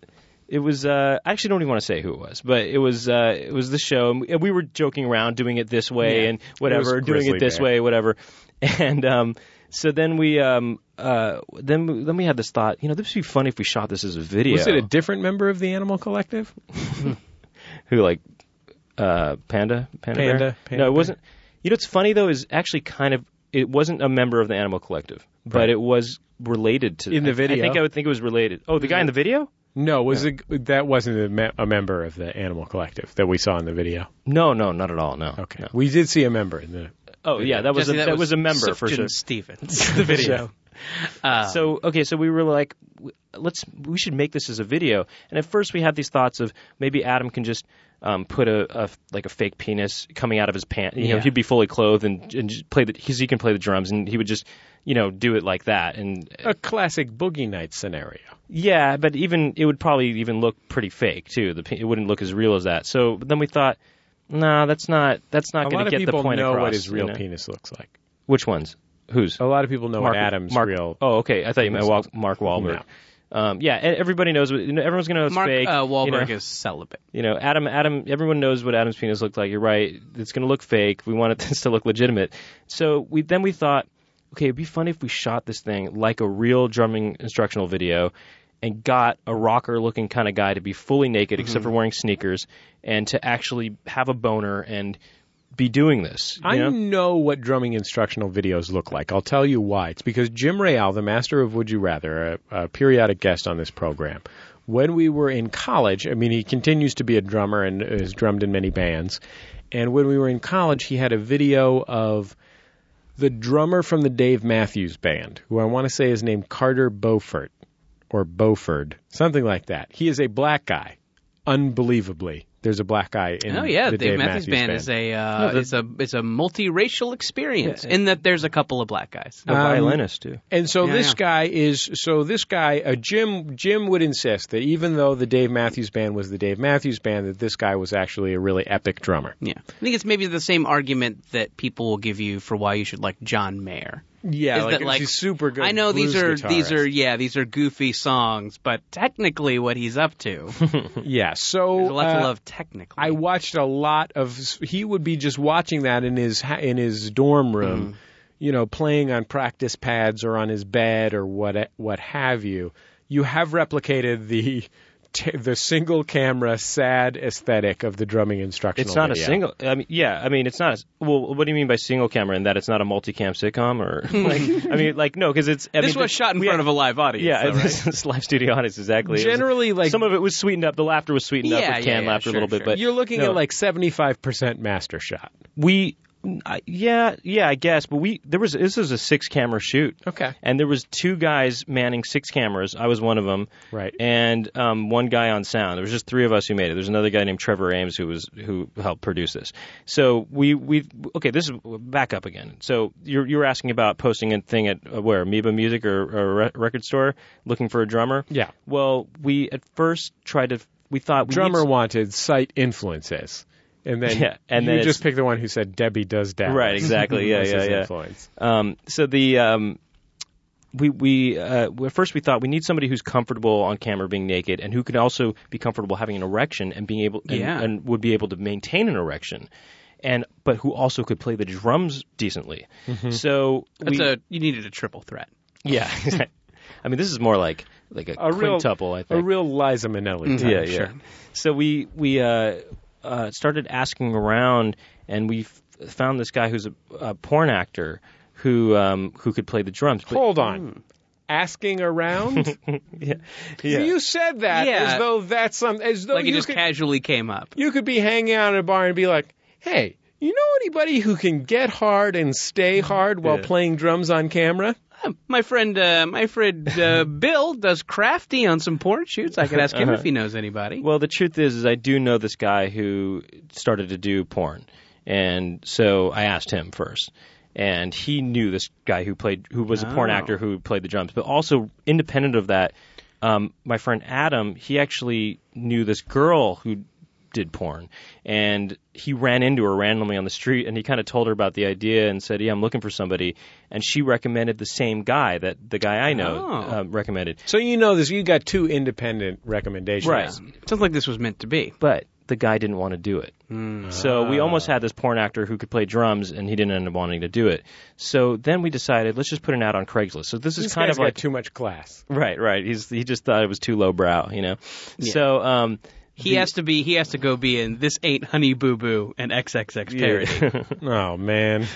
It was. Uh, I actually don't even want to say who it was, but it was. Uh, it was the show, and we- and we were joking around, doing it this way
Yeah.
and whatever,
It was
doing
Grizzly
it this
Bear.
way, whatever. [laughs] And um, So then we um uh then then we had this thought. You know, this would be funny if we shot this as a video.
Was it a different member of the animal collective?
who like uh panda panda
Panda,
bear?
panda
no
bear.
it wasn't you know what's funny though is actually kind of it wasn't a member of the animal collective but it was related to
In the
I- I,
video.
think i would think it was related oh the guy in the video
No, was it, that wasn't a, me- a member of the animal collective that we saw in the video.
no no not at all no
Okay,
No.
we did see a member in the.
oh yeah that was
Jesse,
a, that, was a member for sure
Sifton
[laughs]
Stevens. the
video.
Uh,
so okay, so we were like, w- let's we should make this as a video. And at first we had these thoughts of maybe Adam can just um, put a, a like a fake penis coming out of his pants. You know,
Yeah.
he'd be fully clothed and, and just play the because he can play the drums and he would just you know do it like that. And
A classic boogie night scenario.
yeah, but even it would probably even look pretty fake too. The pe- it wouldn't look as real as that. So but then we thought. No, that's not. That's not
A
going
lot
to
of
get the
people
point
know
across.
what his real
you know?
penis looks like.
Which ones? Whose?
A lot of people know
Mark
what Adam's
Mark,
real.
Oh, okay. I thought you meant Wal- Mark Wahlberg. Um, yeah, e- everybody knows. What, you know, everyone's gonna know it's
[laughs] Mark
fake.
uh, Wahlberg
you know,
is celibate.
You know, Adam. Adam. Everyone knows what Adam's penis looked like. You're right. It's gonna look fake. We wanted [laughs] this to look legitimate. So we then we thought, okay, it'd be funny if we shot this thing like a real drumming instructional video, and got a rocker looking kind of guy to be fully naked
Mm-hmm.
except for wearing sneakers, and to actually have a boner and be doing this. You
I
know?
know what drumming instructional videos look like. I'll tell you why. It's because Jim Real, the master of Would You Rather, a, a periodic guest on this program, when we were in college, I mean, he continues to be a drummer and has drummed in many bands. And when we were in college, he had a video of the drummer from the Dave Matthews Band, who I want to say is named Carter Beaufort or Beauford, something like that. He is a black guy, unbelievably. There's a black guy in
Oh yeah,
the
Dave, Matthews, Band, is a uh, is a is a multiracial experience in that there's a couple of black guys.
a violinist too.
And so
Yeah,
this
yeah.
guy is so this guy uh, Jim Jim would insist that even though the Dave Matthews Band was the Dave Matthews Band, that this guy was actually a really epic drummer.
Yeah, I think it's maybe the same argument that people will give you for why you should like John Mayer.
Yeah,
Is that,
he's super good.
I know these are
blues
these are
guitarist.
yeah these are goofy songs, but technically what he's up
[laughs]
to, there's
[laughs] yeah. So
a lot to
uh,
love technically.
I watched a lot of. He would be just watching that in his ha- in his dorm room, you know, playing on practice pads or on his bed or what what have you. You have replicated the [laughs] t- the single camera sad aesthetic of the drumming instructional.
It's not
video.
a single. I mean, yeah. I mean, it's not. A, well, what do you mean by single camera? In that it's not a multicam
[laughs]
sitcom, or like, I mean, like no, because it's. I
this
mean,
was shot in front of a live audience.
Yeah,
though, right?
this is live studio audience exactly. It was-
Generally, like-
some of it was sweetened up. The laughter was sweetened up
Yeah,
with
yeah,
canned
yeah,
laughter
sure,
a little bit,
sure.
but
You're looking
no.
at like 75% master shot.
we. I- Yeah, yeah, I guess. But we there was this was a six camera shoot.
Okay.
And there was two guys manning six cameras. I was one of them.
Right.
And um, one guy on sound. There was just three of us who made it. There's another guy named Trevor Ames who was who helped produce this. So we we okay. This is back up again. So you're you're asking about posting a thing at uh, where Amoeba Music or, or a re- record store looking for a drummer.
Yeah.
Well, we at first tried to. We thought we
Drummer
need-
wanted site influences. And then,
Yeah, and
you
then it's-
just pick the one who said Debbie does that.
Right,
[laughs]
exactly. Yeah, yeah, yeah.
Influence.
Um, so the um, we we uh, at first we thought we need somebody who's comfortable on camera being naked and who can also be comfortable having an erection and being able and,
Yeah.
and would be able to maintain an erection, and but who also could play the drums decently. So
That's
we,
a you needed a triple threat.
[laughs] yeah. [laughs] I mean, this is more like like a,
A real,
quintuple. I think
A real Liza Minnelli type.
yeah, yeah. So we we uh, uh, started asking around, and we f- found this guy who's a, a porn actor who um, who could play the drums. But-
Hold on.
Hmm.
Asking
[laughs]
around?
yeah, yeah.
You said that
Yeah.
as though that's some as though
Like
you
it just
could,
casually came up.
you could be hanging out at a bar and be like, "Hey, you know anybody who can get hard and stay hard while playing drums on camera?"
[laughs] My friend, uh, my friend
[laughs]
uh, Bill does crafty on some porn shoots. I could ask him if he knows anybody.
Uh-huh. Well, the truth is, is I do know this guy who started to do porn, and so I asked him first, and he knew this guy who played, who was a porn
Oh.
actor who played the drums, but also independent of that, um, my friend Adam, he actually knew this girl who did porn and he ran into her randomly on the street and he kind of told her about the idea and said yeah i'm looking for somebody and she recommended the same guy that the guy i know
Oh.
uh, recommended
So you know this. You got two independent recommendations.
Right.
Sounds like this was meant to be.
But the guy didn't want to do it.
Hmm.
So we almost had this porn actor who could play drums, and he didn't end up wanting to do it. So then we decided, let's just put an ad on Craigslist. So this is
This
kind
guy's
of like
got too much class.
[laughs] right, right. He's he just thought it was too lowbrow, you know. So um,
He has to be. He has to go be in this ain't Honey Boo Boo and XXX
[laughs]
parody.
Oh man,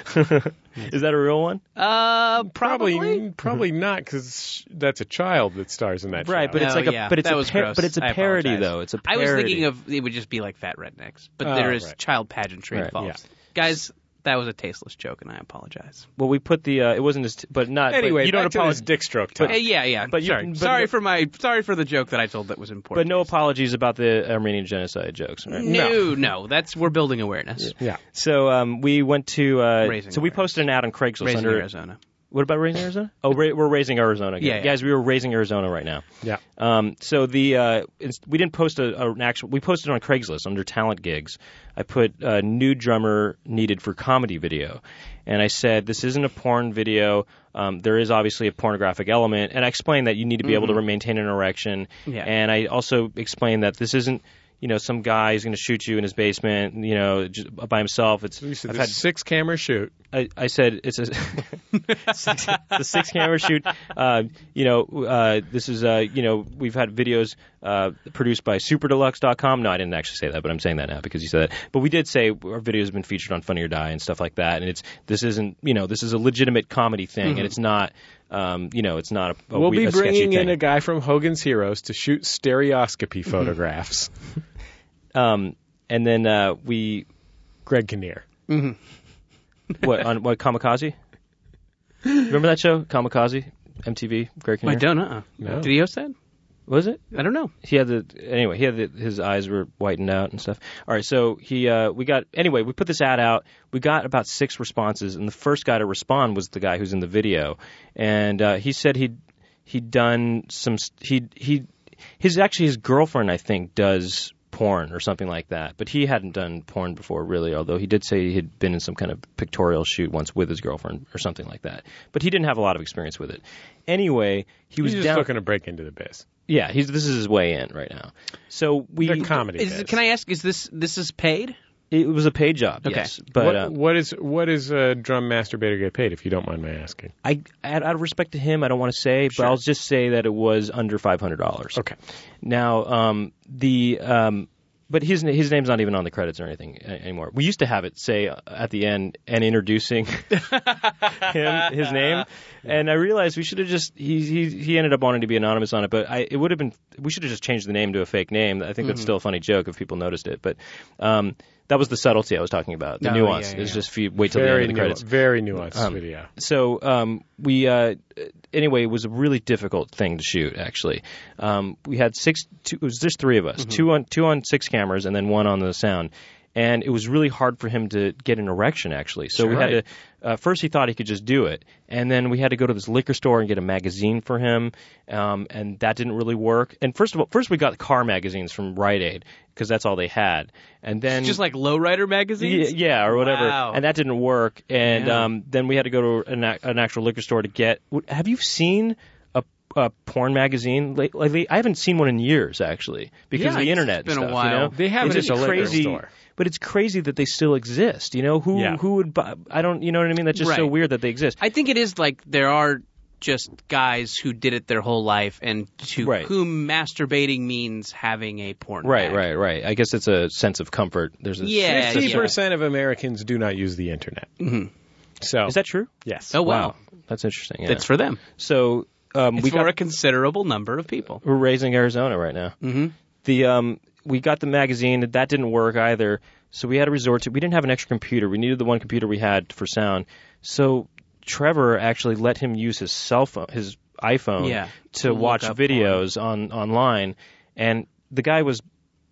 is that a real one?
Uh, probably.
probably mm, probably not because that's a child that stars in that.
Mm-hmm. Right,
show.
but it's
No,
like a
yeah,
but it's
that
a
was
par-
gross.
but it's a
I
parody
apologize.
though. It's a
I
parody.
was thinking of it would just be like fat rednecks, but
Oh,
there is
right.
child pageantry
Right,
involved.
yeah.
Guys, that was a tasteless joke, and I apologize.
well, we put the uh, it wasn't as t- but not but
anyway,
You don't
back to this
apologize.
dick stroke
Hey,
topic.
yeah, yeah.
but you-
sorry,
but-
sorry for my sorry for the joke that I told that was important.
But no apologies about the Armenian genocide jokes. Right?
no, no, That's we're building awareness.
yeah.
So um, we went to uh,
Raising
so we
awareness.
posted an ad on Craigslist
Raising
under
Arizona.
What about raising Arizona? Oh, ra- we're raising Arizona. Guys.
Yeah, yeah.
guys, we were raising Arizona right now.
Yeah.
Um, so the uh, it's, we didn't post a, a- an actual. We posted on Craigslist under talent gigs. I put uh, new drummer needed for comedy video, and I said this isn't a porn video. Um, there is obviously a pornographic element, and I explained that you need to be able to maintain an erection.
Yeah.
And I also explained that this isn't. You know, some guy is going to shoot you in his basement. You know, just by himself. It's
You said
I've
this
had
six camera shoot.
I, I said it's a [laughs] six, the six camera shoot. Uh, you know, uh, this is uh, you know we've had videos uh, produced by SuperDeluxe.com. No, I didn't actually say that, but I'm saying that now because you said that. But we did say our videos have been featured on Funny or Die and stuff like that. And it's this isn't you know this is a legitimate comedy thing, and it's not um, you know it's not a, a
Mm-hmm. we'll
we-
be
a sketchy
bringing in
thing. Mm-hmm.
a guy from Hogan's Heroes to shoot stereoscopy photographs.
um, and then uh, we
Greg Kinnear.
what on
[laughs]
what Kamikaze? Remember that show Kamikaze? MTV, Greg
I
Kinnear.
don't know.
No.
Did he host that?
Was it?
I don't know.
he had the anyway he had the, his eyes were whitened out and stuff all right so he uh, we got anyway we put this ad out we got about six responses and the first guy to respond was the guy who's in the video and uh, he said he'd he'd done some s- he he his actually his girlfriend i think does porn or something like that but he hadn't done porn before really although he did say he had been in some kind of pictorial shoot once with his girlfriend or something like that but he didn't have a lot of experience with it anyway he was
He's just
down
looking to break into the biz.
yeah, he's this is his way in right now. So we
They're comedy.
Is,
biz.
can I ask? Is this this is paid?
it was a paid job,
Okay.
yes. But
what,
uh,
what is what is a drum masturbator get paid? If you don't mind my asking.
I out out of respect to him, I don't want to say, but I'll just say that it was under five hundred dollars.
Okay.
Now, um, the um, but his his name's not even on the credits or anything a- anymore. We used to have it say uh, at the end and introducing [laughs] him his name, and I realized we should have just he he he ended up wanting to be anonymous on it, but I it would have been we should have just changed the name to a fake name. I think that's still a funny joke if people noticed it, but um, that was the subtlety I was talking about, the
Oh,
nuance.
yeah,
It was
yeah.
just if you wait till the
Very
end of the
nu-
credits
very nuanced video.
so um, we uh, anyway it was a really difficult thing to shoot actually um, we had six two, it was just three of
Mm-hmm.
us two on two on six cameras and then one on the sound and it was really hard for him to get an erection actually so we had to uh, first he thought he could just do it and then we had to go to this liquor store and get a magazine for him um, and that didn't really work and first of all first we got car magazines from Rite Aid because that's all they had and then
Just like Lowrider
yeah,
magazines.
yeah, or whatever.
Wow.
And that didn't work. And
Yeah.
um, then we had to go to an, ac- an actual liquor store to get. w- Have you seen a, a porn magazine late- lately? I haven't seen one in years, actually, because
Yeah,
of the
it's
internet. and
been a
stuff, you
while.
know?
They have
it's
it at
just
the liquor
crazy.
store.
But it's crazy that they still exist. You know who
Yeah.
who would buy, I don't. You know what I mean? That's just so
Right.
weird that they exist.
I think it is like there are just guys who did it their whole life and to
Right.
whom masturbating means having a porn.
right,
bag.
right, right. I guess it's a sense of comfort. There's a
Yeah,
Fifty
yeah.
percent of Americans do not use the internet.
Mm-hmm.
So
Is that true?
yes?
Oh wow,
That's interesting. Yeah.
that's for them.
so. Um,
It's
we
for
got
a considerable number of people.
we're raising Arizona right now. Mm-hmm. The um, we got the magazine that didn't work either, so we had to resort to. We didn't have an extra computer. We needed the one computer we had for sound. So Trevor actually let him use his cell phone, his iPhone,
Yeah,
to,
to look
watch
up
videos on online, and the guy was.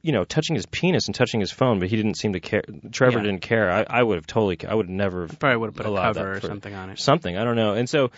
You know, touching his penis and touching his phone, but he didn't seem to care. Trevor
Yeah.
didn't care. I, I would have totally. ca- I would never. have
Probably would have put a
allowed
cover
that
or
for-
something on it.
Something I don't know. And so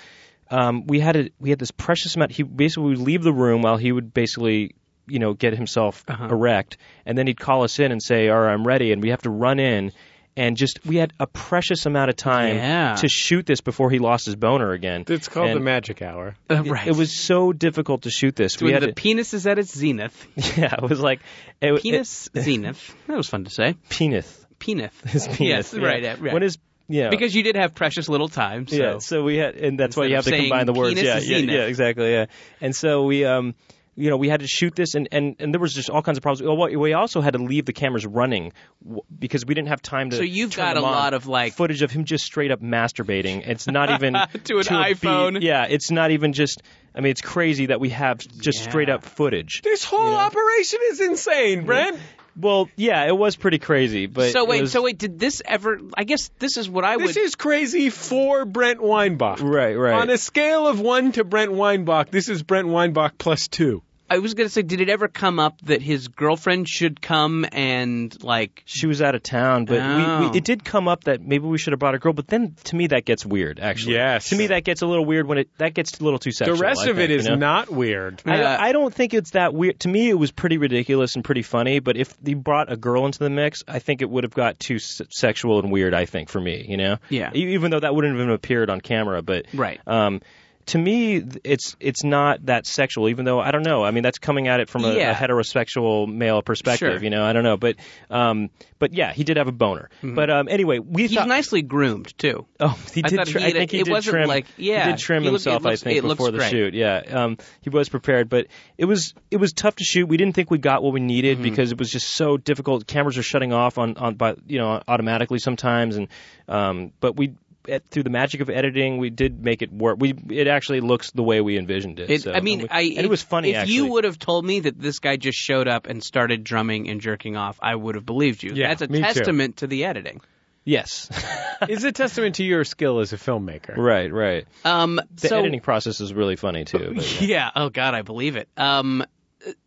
um, we had a, we had this precious amount. He basically would leave the room while he would basically you
Uh-huh.
know get himself erect, and then he'd call us in and say, "All right, I'm ready," and we have to run in. and just we had a precious amount of time
Yeah.
to shoot this before he lost his boner again.
It's called
And
the magic hour.
Uh,
it-
right.
It was so difficult to shoot this. we
when
had
the
to-
penis is at its
[laughs]
zenith.
yeah, it was like it, it-
Penis zenith. That was fun to say.
penis.
Penis.
[laughs] His
Yes,
penis.
right.
yeah.
uh, right.
When is yeah?
because you did have precious little time. So.
Yeah, so we had, and that's why
Instead
you
of
have to
saying
combine the words.
penis
Yeah,
is
yeah,
zenith.
yeah, exactly. Yeah, and so we, um, you know, we had to shoot this, and and, and there was just all kinds of problems. Well, we also had to leave the cameras running w- because we didn't have time to.
So you've
turn
got
them
a
on.
lot of, like-
footage of him just straight up masturbating.
[laughs]
It's not even
To an
a beat.
iPhone.
Yeah, it's not even just. I mean, it's crazy that we have just straight up footage.
This whole operation is insane, Brent.
Well, yeah, it was pretty crazy, but
so
it
wait,
was-
so wait, did this ever? I guess this is what I
This
would.
is crazy for Brent Weinbach.
Right, right.
On a scale of one to Brent Weinbach, this is Brent Weinbach plus two.
I was gonna say, did it ever come up that his girlfriend should come and like?
she was out of town, but we,
Oh.
we, it did come up that maybe we should have brought a girl. But then, to me, that gets weird. Actually,
Yes.
To me, that gets a little weird when it that gets a little too
The
sexual.
rest
I
of it
think,
is
you know?
not
[laughs]
weird.
I,
Yeah.
I don't think it's that weird. To me, it was pretty ridiculous and pretty funny. But if they brought a girl into the mix, I think it would have got too s- sexual and weird. I think for me, you know.
Yeah.
E- Even though that wouldn't have even appeared on camera, but
Right.
Um, to me, th- it's it's not that sexual. Even though I don't know. I mean, that's coming at it from a,
Yeah.
a heterosexual male perspective.
Sure.
You know, I don't know, but um, but yeah, he did have a boner. But um, anyway, we
Mm-hmm. He's
thought.
nicely groomed too.
Oh, [laughs] he
I
did.
thought
Tri-
he
I
had a-
think he
it
did
wasn't
trim.
like-
he
yeah,
did trim
he looked-
himself.
it looks-
I think
it looks
before the
great.
shoot. Yeah, um, he was prepared, but it was it was tough to shoot. We didn't think we got what we needed
Mm-hmm.
because it was just so difficult. Cameras are shutting off on on by you know automatically sometimes, and um, but we. At, through the magic of editing, we did make it work. We it actually looks the way we envisioned it.
It,
so-
I mean,
and we-
I
and it was funny.
If
actually.
you would have told me that this guy just showed up and started drumming and jerking off, I would have believed you.
Yeah,
That's a
me too.
testament to the editing.
yes, [laughs]
it's a testament to your skill as a filmmaker.
right, right.
Um,
The
so
editing process is really funny too. but-
yeah. Oh God, I believe it. Um,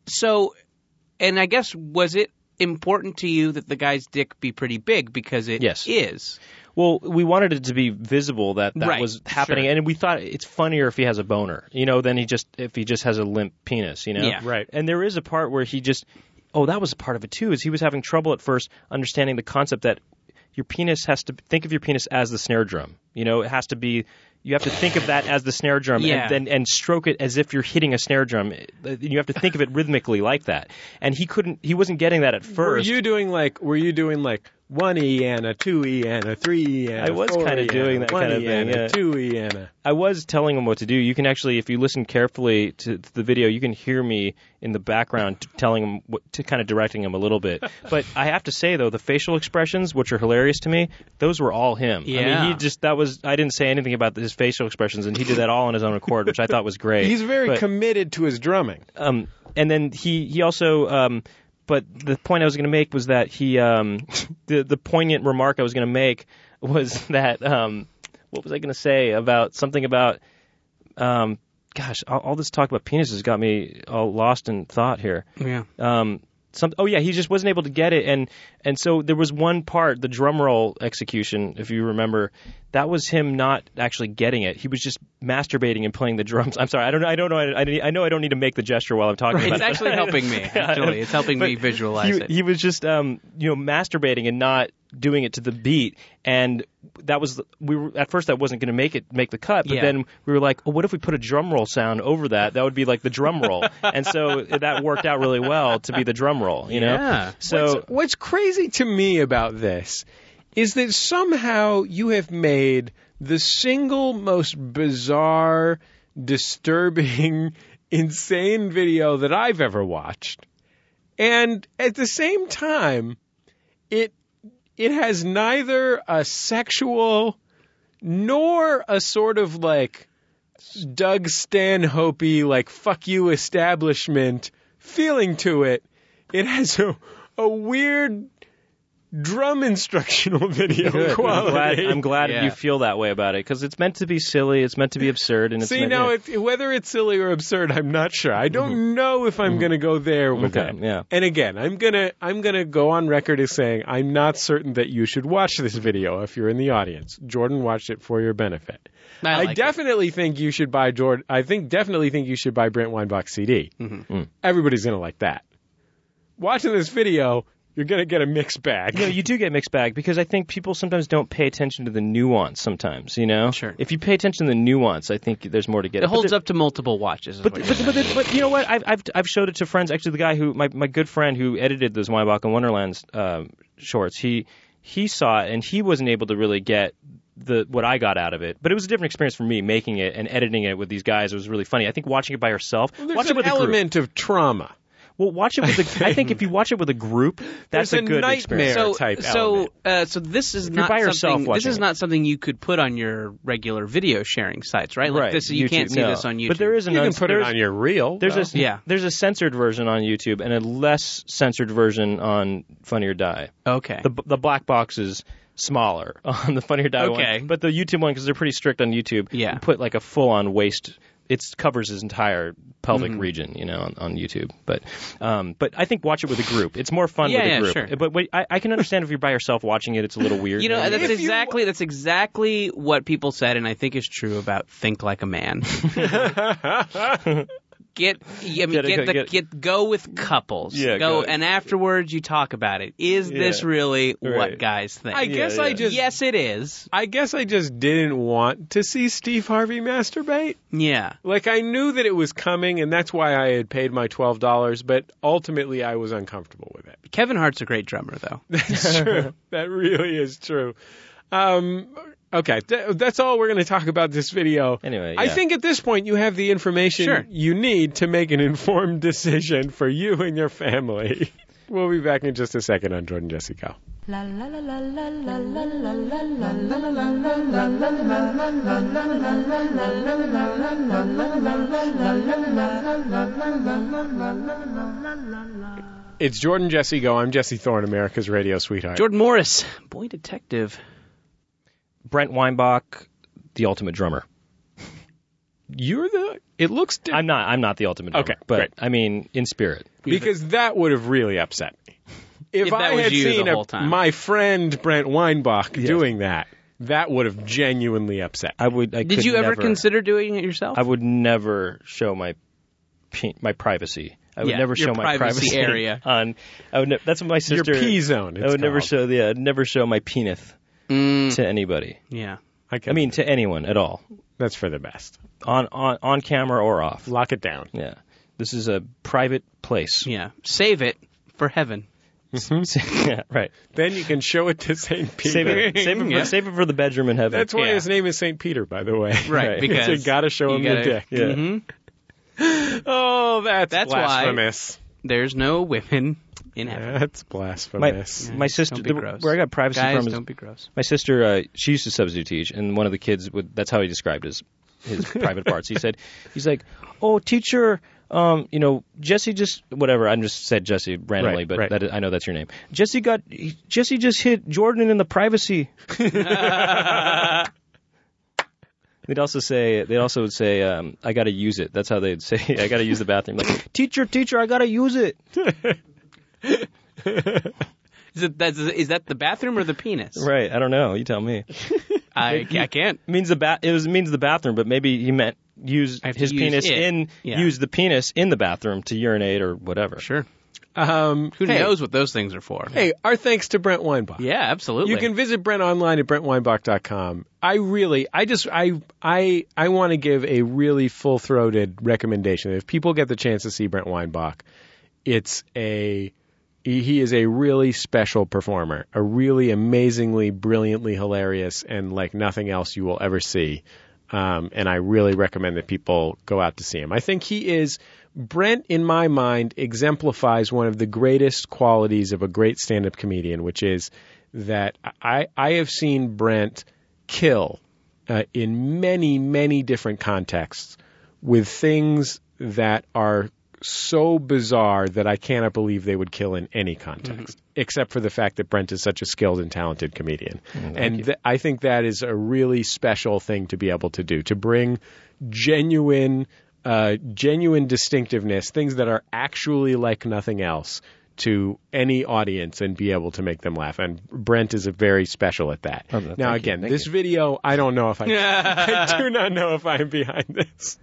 so, and I guess was it important to you that the guy's dick be pretty big because it is.
Yes. Well, we wanted it to be visible that that
Right,
was happening,
sure.
and we thought it's funnier if he has a boner, you know, than he just if he just has a limp penis, you know.
Yeah.
Right.
And there is a part where he just, oh, that was a part of it too, is he was having trouble at first understanding the concept that your penis has to think of your penis as the snare drum, you know, it has to be. You have to think of that as the snare drum,
Yeah.
and then and stroke it as if you're hitting a snare drum. You have to think of it rhythmically like that. And he couldn't, he wasn't getting that at
Were
first.
you doing like? Were you doing like one e and a two e and a three e and
I was
four
kinda
e
doing that
one
kinda
e
thing,
and
yeah.
a two e and a.
I was telling him what to do. You can actually, if you listen carefully to, to the video, you can hear me in the background t- telling him, what, to kind of directing him a little bit.
[laughs]
But I have to say though, the facial expressions, which are hilarious to me, those were all him. I mean,
Yeah.
he just that was. I didn't say anything about his facial expressions, and he did that all on his own accord, which I thought was
[laughs]
great.
He's very
But-
committed to his drumming.
um, and then he he also um, but the point I was going to make was that he um, the the poignant remark I was going to make was that um, what was I going to say about something about um, gosh all, all this talk about penises got me all lost in thought here
Yeah.
um, some, oh yeah, he just wasn't able to get it, and and so there was one part, the drum roll execution, if you remember, that was him not actually getting it. He was just masturbating and playing the drums. I'm sorry, I don't, I don't know, I, I, I know I don't need to make the gesture while I'm talking about
It's
it.
actually helping me. Actually, it's helping me visualize
[laughs] he,
it.
he was just um, you know masturbating and not doing it to the beat and that was we were at first that wasn't going to make it make the cut but
Yeah.
then we were like oh, what if we put a drum roll sound over that that would be like the drum roll and so that worked out really well to be the drum roll you
Yeah.
know so
What's crazy to me about this is that somehow you have made the single most bizarre, disturbing, [laughs] insane video that I've ever watched. And at the same time, it it has neither a sexual nor a sort of like Doug Stanhope like fuck you establishment feeling to it. It has a, a weird drum instructional [laughs] video
I'm
quality.
glad, I'm glad
Yeah.
you feel that way about it because it's meant to be silly it's meant to be absurd and it's
See
meant,
now,
yeah.
it, whether it's silly or absurd, I'm not sure. I don't know if I'm going to go there with
Okay,
it.
yeah.
And again, I'm gonna I'm gonna go on record as saying I'm not certain that you should watch this video if you're in the audience. Jordan watched it for your benefit.
I, like it.
definitely think you should buy Jordan. I think definitely think you Mm. should buy Brent Weinbach CD. Everybody's gonna like that. Watching this video, You're gonna get a mixed bag.
No, you do get mixed bag because I think people sometimes don't pay attention to the nuance. Sometimes, you know,
Sure.
If you pay attention to the nuance, I think there's more to get.
It holds
up.
up to multiple watches. Is
But
what
but,
you're
but,
saying.
but but you know what? I've, I've I've showed it to friends. Actually, the guy who my, my good friend who edited those Weinbach and Wonderlands um shorts, he he saw it and he wasn't able to really get the what I got out of it. But it was a different experience for me making it and editing it with these guys. It was really funny. I think watching it by yourself,
There's
watch it
an
with a group.
element of trauma.
Well, watch it with a, I think if you watch it with a group,
[laughs]
that's
There's a
good
nightmare.
experience.
so
type
so
element.
uh, so this is
you're
not
by yourself
something. This
watching
is
it.
not something you could put on your regular video sharing sites, right? Like
right.
This, you can't
YouTube,
see
no.
this on YouTube.
But there is an
You can
uns-
put it
there's-
on your reel.
There's
though.
a
Yeah.
there's a censored version on YouTube and a less censored version on Funny or Die.
okay.
the the black box is smaller [laughs] on the Funny or Die
Okay.
one, but the YouTube one because they're pretty strict on YouTube.
Yeah.
you put like a full on waist. It covers his entire pelvic
Mm-hmm.
region, you know, on, on YouTube. But, um, but I think watch it with a group. It's more fun
Yeah,
with a
yeah,
group.
sure.
But wait, I, I can understand if you're by yourself watching it, it's a little weird.
[laughs] You know,
maybe.
that's exactly that's exactly what people said, and I think is true about "Think Like a Man." get, I mean,
Get
get,
a-
the
get-
get, go with couples.
Yeah,
go,
go-
and afterwards you talk about it. Is this
Yeah.
really
Right.
what guys think?
I guess
Yeah,
I
yeah.
just
yes, it is.
I guess I just didn't want to see Steve Harvey masturbate.
Yeah,
Like I knew that it was coming, and that's why I had paid my twelve dollars. But ultimately, I was uncomfortable with it. [laughs]
Kevin Hart's a great drummer, though.
That's true. that really is true. Um, okay, th- that's all we're going to talk about this video.
Anyway,
I
yeah.
think at this point you have the information
Sure.
you need to make an informed decision for you and your family. [laughs] We'll be back in just a second on Jordan Jesse Go.
La la la la la la la la la la la.
It's Jordan Jesse Go. I'm Jesse Thorne, America's radio sweetheart.
Jordan Morris, boy detective.
Brent Weinbach, the ultimate drummer.
you're the. It looks di-
I'm not. I'm not the ultimate drummer.
Okay,
but
great.
I mean, in spirit.
because that would have really upset me. If,
If that
I
was
had
you the
seen
whole time.
my friend Brent Weinbach doing that, that would have genuinely upset.
I would. I
Did
could
you ever
never-
consider doing it yourself?
I would never show my pe- my privacy. I would
Yeah,
never
your
show my
privacy
privacy
area.
[laughs] on. I would. Ne- that's what my
Your
sister.
P zone.
I would never show the. I'd never show my penis
Mm,
to anybody.
yeah.
I
I mean, to anyone at all,
that's for the best.
on on on camera or off.
Lock it down.
Yeah, this is a private place.
Yeah. Save it for heaven.
[laughs] yeah, right.
Then you can show it to
[laughs]
Saint Peter.
Save it. Save it, for,
Yeah.
save it for the bedroom in heaven.
That's why
Yeah.
his name is Saint Peter, by the way.
Right,
[laughs]
because
you gotta show
you
him
gotta-
your dick.
Yeah.
hmm
Oh, that's,
That's why-
blasphemous.
There's no women in heaven.
That's
My
blasphemous.
my sister
Mm-hmm. Don't be
the-
gross.
where I got privacy
Guys,
from is
don't be gross.
My sister, uh, she used to substitute teach, and one of the kids would. That's how he described his
[laughs]
his private parts. He said, he's like, oh, teacher, um, you know, Jesse just whatever. I just said Jesse randomly,
Right,
but
right.
that is- I know that's your name. Jesse got he- Jesse just hit Jordan in
[laughs]
the privacy. They'd also say they'd also would say um, I gotta use it. That's how they'd say [laughs] I gotta use the bathroom. Like teacher, teacher, I gotta use it.
Is, it, that's, is that the bathroom or the penis?
Right? I don't know. You tell me.
I, I
[laughs]
can't.
means the ba- it was means the bathroom, but maybe he meant use
I have to
his
use
penis
it.
in
Yeah.
use the penis in the bathroom to urinate or whatever.
Sure.
um,
Who
hey,
knows what those things are for?
Hey, our thanks to Brent Weinbach.
Yeah, absolutely.
You can visit Brent online at brentweinbach.com. I really, I just, I, I, I want to give a really full-throated recommendation. If people get the chance to see Brent Weinbach, it's a, he he is a really special performer, a really amazingly, brilliantly hilarious, and like nothing else you will ever see. Um, and I really recommend that people go out to see him. I think he is Brent, in my mind, exemplifies one of the greatest qualities of a great stand-up comedian, which is that I I have seen Brent kill uh, in many many different contexts with things that are so bizarre that I cannot believe they would kill in any context,
Mm-hmm.
except for the fact that Brent is such a skilled and talented comedian.
Mm,
and th- I think that is a really special thing to be able to do to bring genuine, uh, genuine distinctiveness, things that are actually like nothing else. To any audience and be able to make them laugh, and Brent is a very special at that.
Oh, thank
now,
you,
again,
thank
this [laughs]
you. [laughs]
video, I don't know if I, I do not know if I'm behind this.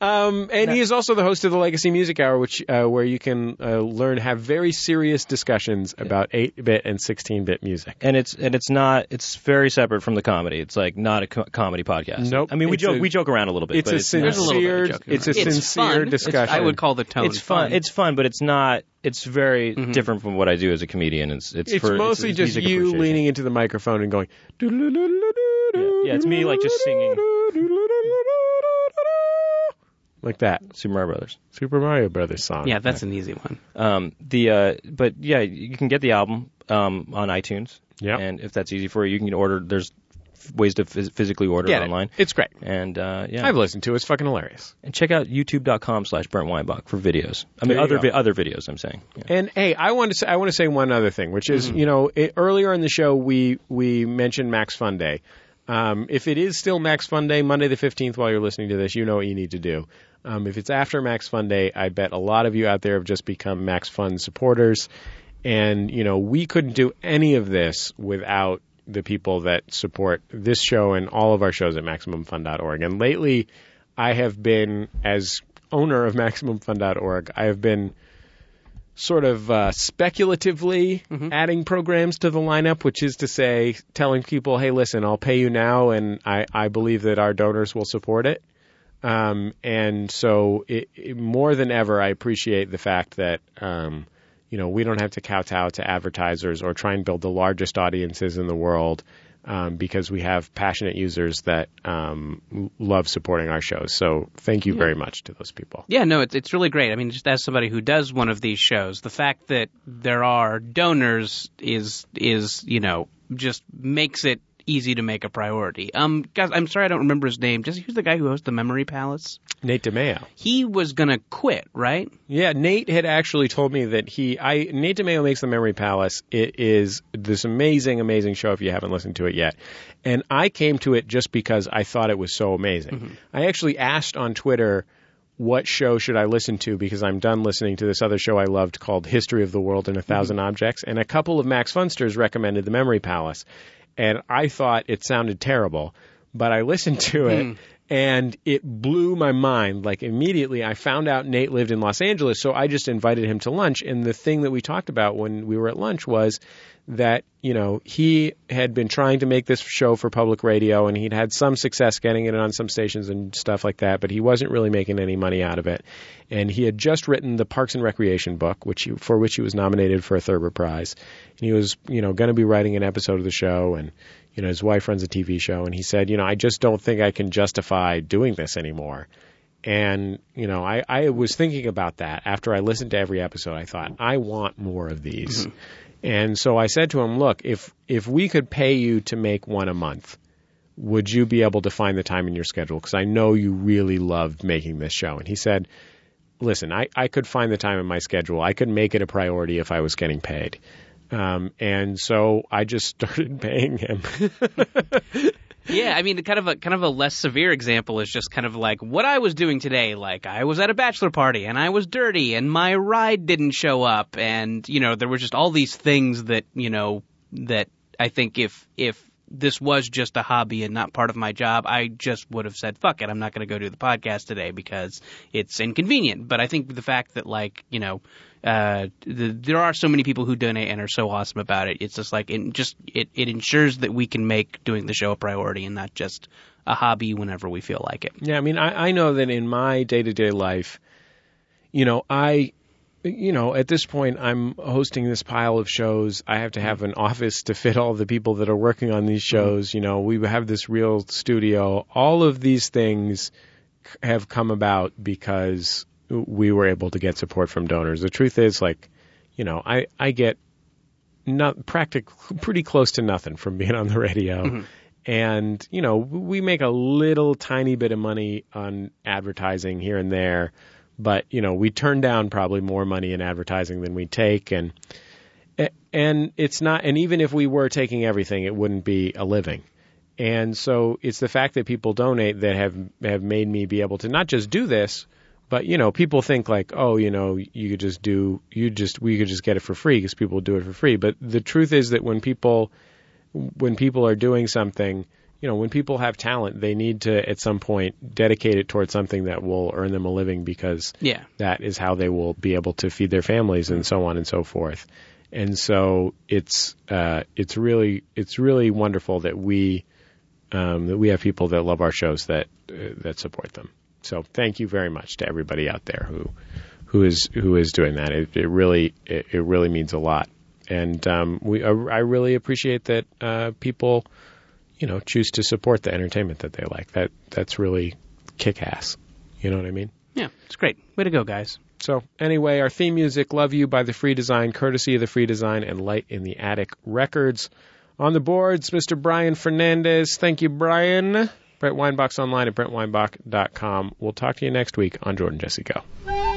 Um, and he is also the host of the Legacy Music Hour, which uh, where you can uh, learn have very serious discussions about 8-bit and 16-bit music.
and it's and it's not it's very separate from the comedy. It's like not a co- comedy podcast.
Nope.
I mean, we
It's
joke
a-
we joke around a little bit.
It's
but
a
it's
sincere,
not-
There's a little bit of joking
it's a
around. It's
sincere
fun. It's-
discussion.
I would call the tone
it's fun. It's fun, but it's not. It's very different from what I do as a comedian. It's it's,
Mm-hmm. it's
for,
mostly
it's
just
music
you
appreciation.
leaning into the microphone and going.
Yeah, it's me, like, just singing.
Like that
Super Mario Brothers.
Super Mario Brothers song.
yeah, that's an easy one.
Um, the uh, but yeah, you can get the album um on iTunes.
Yep.
and if that's easy for you, you can order. There's ways to phys- physically order
Get it.
it online.
It's great.
And uh, yeah,
I've listened to it. It's fucking hilarious.
and check out youtube.com slash Brent Weinbach for videos. I mean,
you
other
go.
vi- other videos. I'm saying. Yeah.
And hey, I want to say I want to say one other thing, which is you know it, earlier in the show we we mentioned Max Fun Day. Um, if it is still Max Fun Day, Monday the fifteenth, while you're listening to this, you know what you need to do. Um, if it's after Max Fun Day, I bet a lot of you out there have just become Max Fun supporters, and you know we couldn't do any of this without the people that support this show and all of our shows at MaximumFun.org. And lately, I have been as owner of [laughs] MaximumFun.org, I have been sort of uh, speculatively adding programs to the lineup, which is to say, telling people, "Hey, listen, I'll pay you now, and I, I believe that our donors will support it." Um, and so, it, it- more than ever, I appreciate the fact that um, you know we don't have to kowtow to advertisers or try and build the largest audiences in the world. Um, because we have passionate users that um, l- love supporting our shows. So, thank you very much to those people.
Yeah, no, it's it's really great. I mean, just as somebody who does one of these shows, the fact that there are donors is is you know just makes it easy to make a priority. Um, guys, I'm sorry I don't remember his name. Just who's the guy who hosts the Memory Palace?
Nate DeMeo.
He was gonna quit, right?
Yeah, Nate had actually told me that he I Nate DeMeo makes the Memory Palace. It is this amazing, amazing show if you haven't listened to it yet. And I came to it just because I thought it was so amazing. I actually asked on Twitter what show should I listen to because I'm done listening to this other show I loved called History of the World in a 1000 Objects. And a couple of Max Funsters recommended the Memory Palace. And I thought it sounded terrible, but I listened to it and it blew my mind. Like immediately, I found out Nate lived in Los Angeles, so I just invited him to lunch. And the thing that we talked about when we were at lunch was that you know he had been trying to make this show for public radio, and he'd had some success getting it on some stations and stuff like that, but he wasn't really making any money out of it. And he had just written the Parks and Recreation book, which he, for which he was nominated for a Thurber Prize, and he was you know going to be writing an episode of the show and you know, his wife runs a TV show, and he said, you know, I just don't think I can justify doing this anymore. And, you know, I, I was thinking about that after I listened to every episode. I thought, I want more of these. And so I said to him, look, if, if we could pay you to make one a month, would you be able to find the time in your schedule? Because I know you really loved making this show. And he said, listen, I, I could find the time in my schedule. I could make it a priority if I was getting paid. Um, and so I just [laughs] started paying him.
Yeah, I mean, kind of a kind of a less severe example is just kind of like what I was doing today. Like I was at a bachelor party and I was dirty and my ride didn't show up, and you know there were just all these things that you know that I think if if this was just a hobby and not part of my job, I just would have said fuck it, I'm not going to go do the podcast today because it's inconvenient. But I think the fact that like you know. Uh, the, there are so many people who donate and are so awesome about it. It's just like it just it, it ensures that we can make doing the show a priority and not just a hobby whenever we feel like it.
Yeah, I mean, I, I know that in my day to day life, you know, I, you know, at this point, I'm hosting this pile of shows. I have to have an office to fit all the people that are working on these shows. You know, we have this real studio. All of these things c- have come about because we were able to get support from donors. The truth is, like, you know, I, I get not practic pretty close to nothing from being on the radio. And, you know, we make a little tiny bit of money on advertising here and there, but, you know, we turn down probably more money in advertising than we take. And, and it's not, and even if we were taking everything, it wouldn't be a living. And so it's the fact that people donate that have have made me be able to not just do this, but you know, people think like, oh, you know, you could just do, you just, we could just get it for free because people do it for free. But the truth is that when people when people are doing something, you know, when people have talent, they need to at some point dedicate it towards something that will earn them a living because
Yeah.
that is how they will be able to feed their families and so on and so forth. And so it's uh, it's really it's really wonderful that we um, that we have people that love our shows that uh, that support them. So thank you very much to everybody out there who who is who is doing that. It, it really it, it really means a lot. And um, we I, I really appreciate that uh, people you know choose to support the entertainment that they like. That that's really kick ass. You know what I mean?
Yeah, it's great. Way to go, guys.
So anyway, our theme music, Love You by The Free Design, courtesy of The Free Design and Light in the Attic Records. On the boards, Mr. Brian Fernandez. Thank you, Brian. Brett Weinbach's online at brettweinbach.com. We'll talk to you next week on Jordan Jesse Go.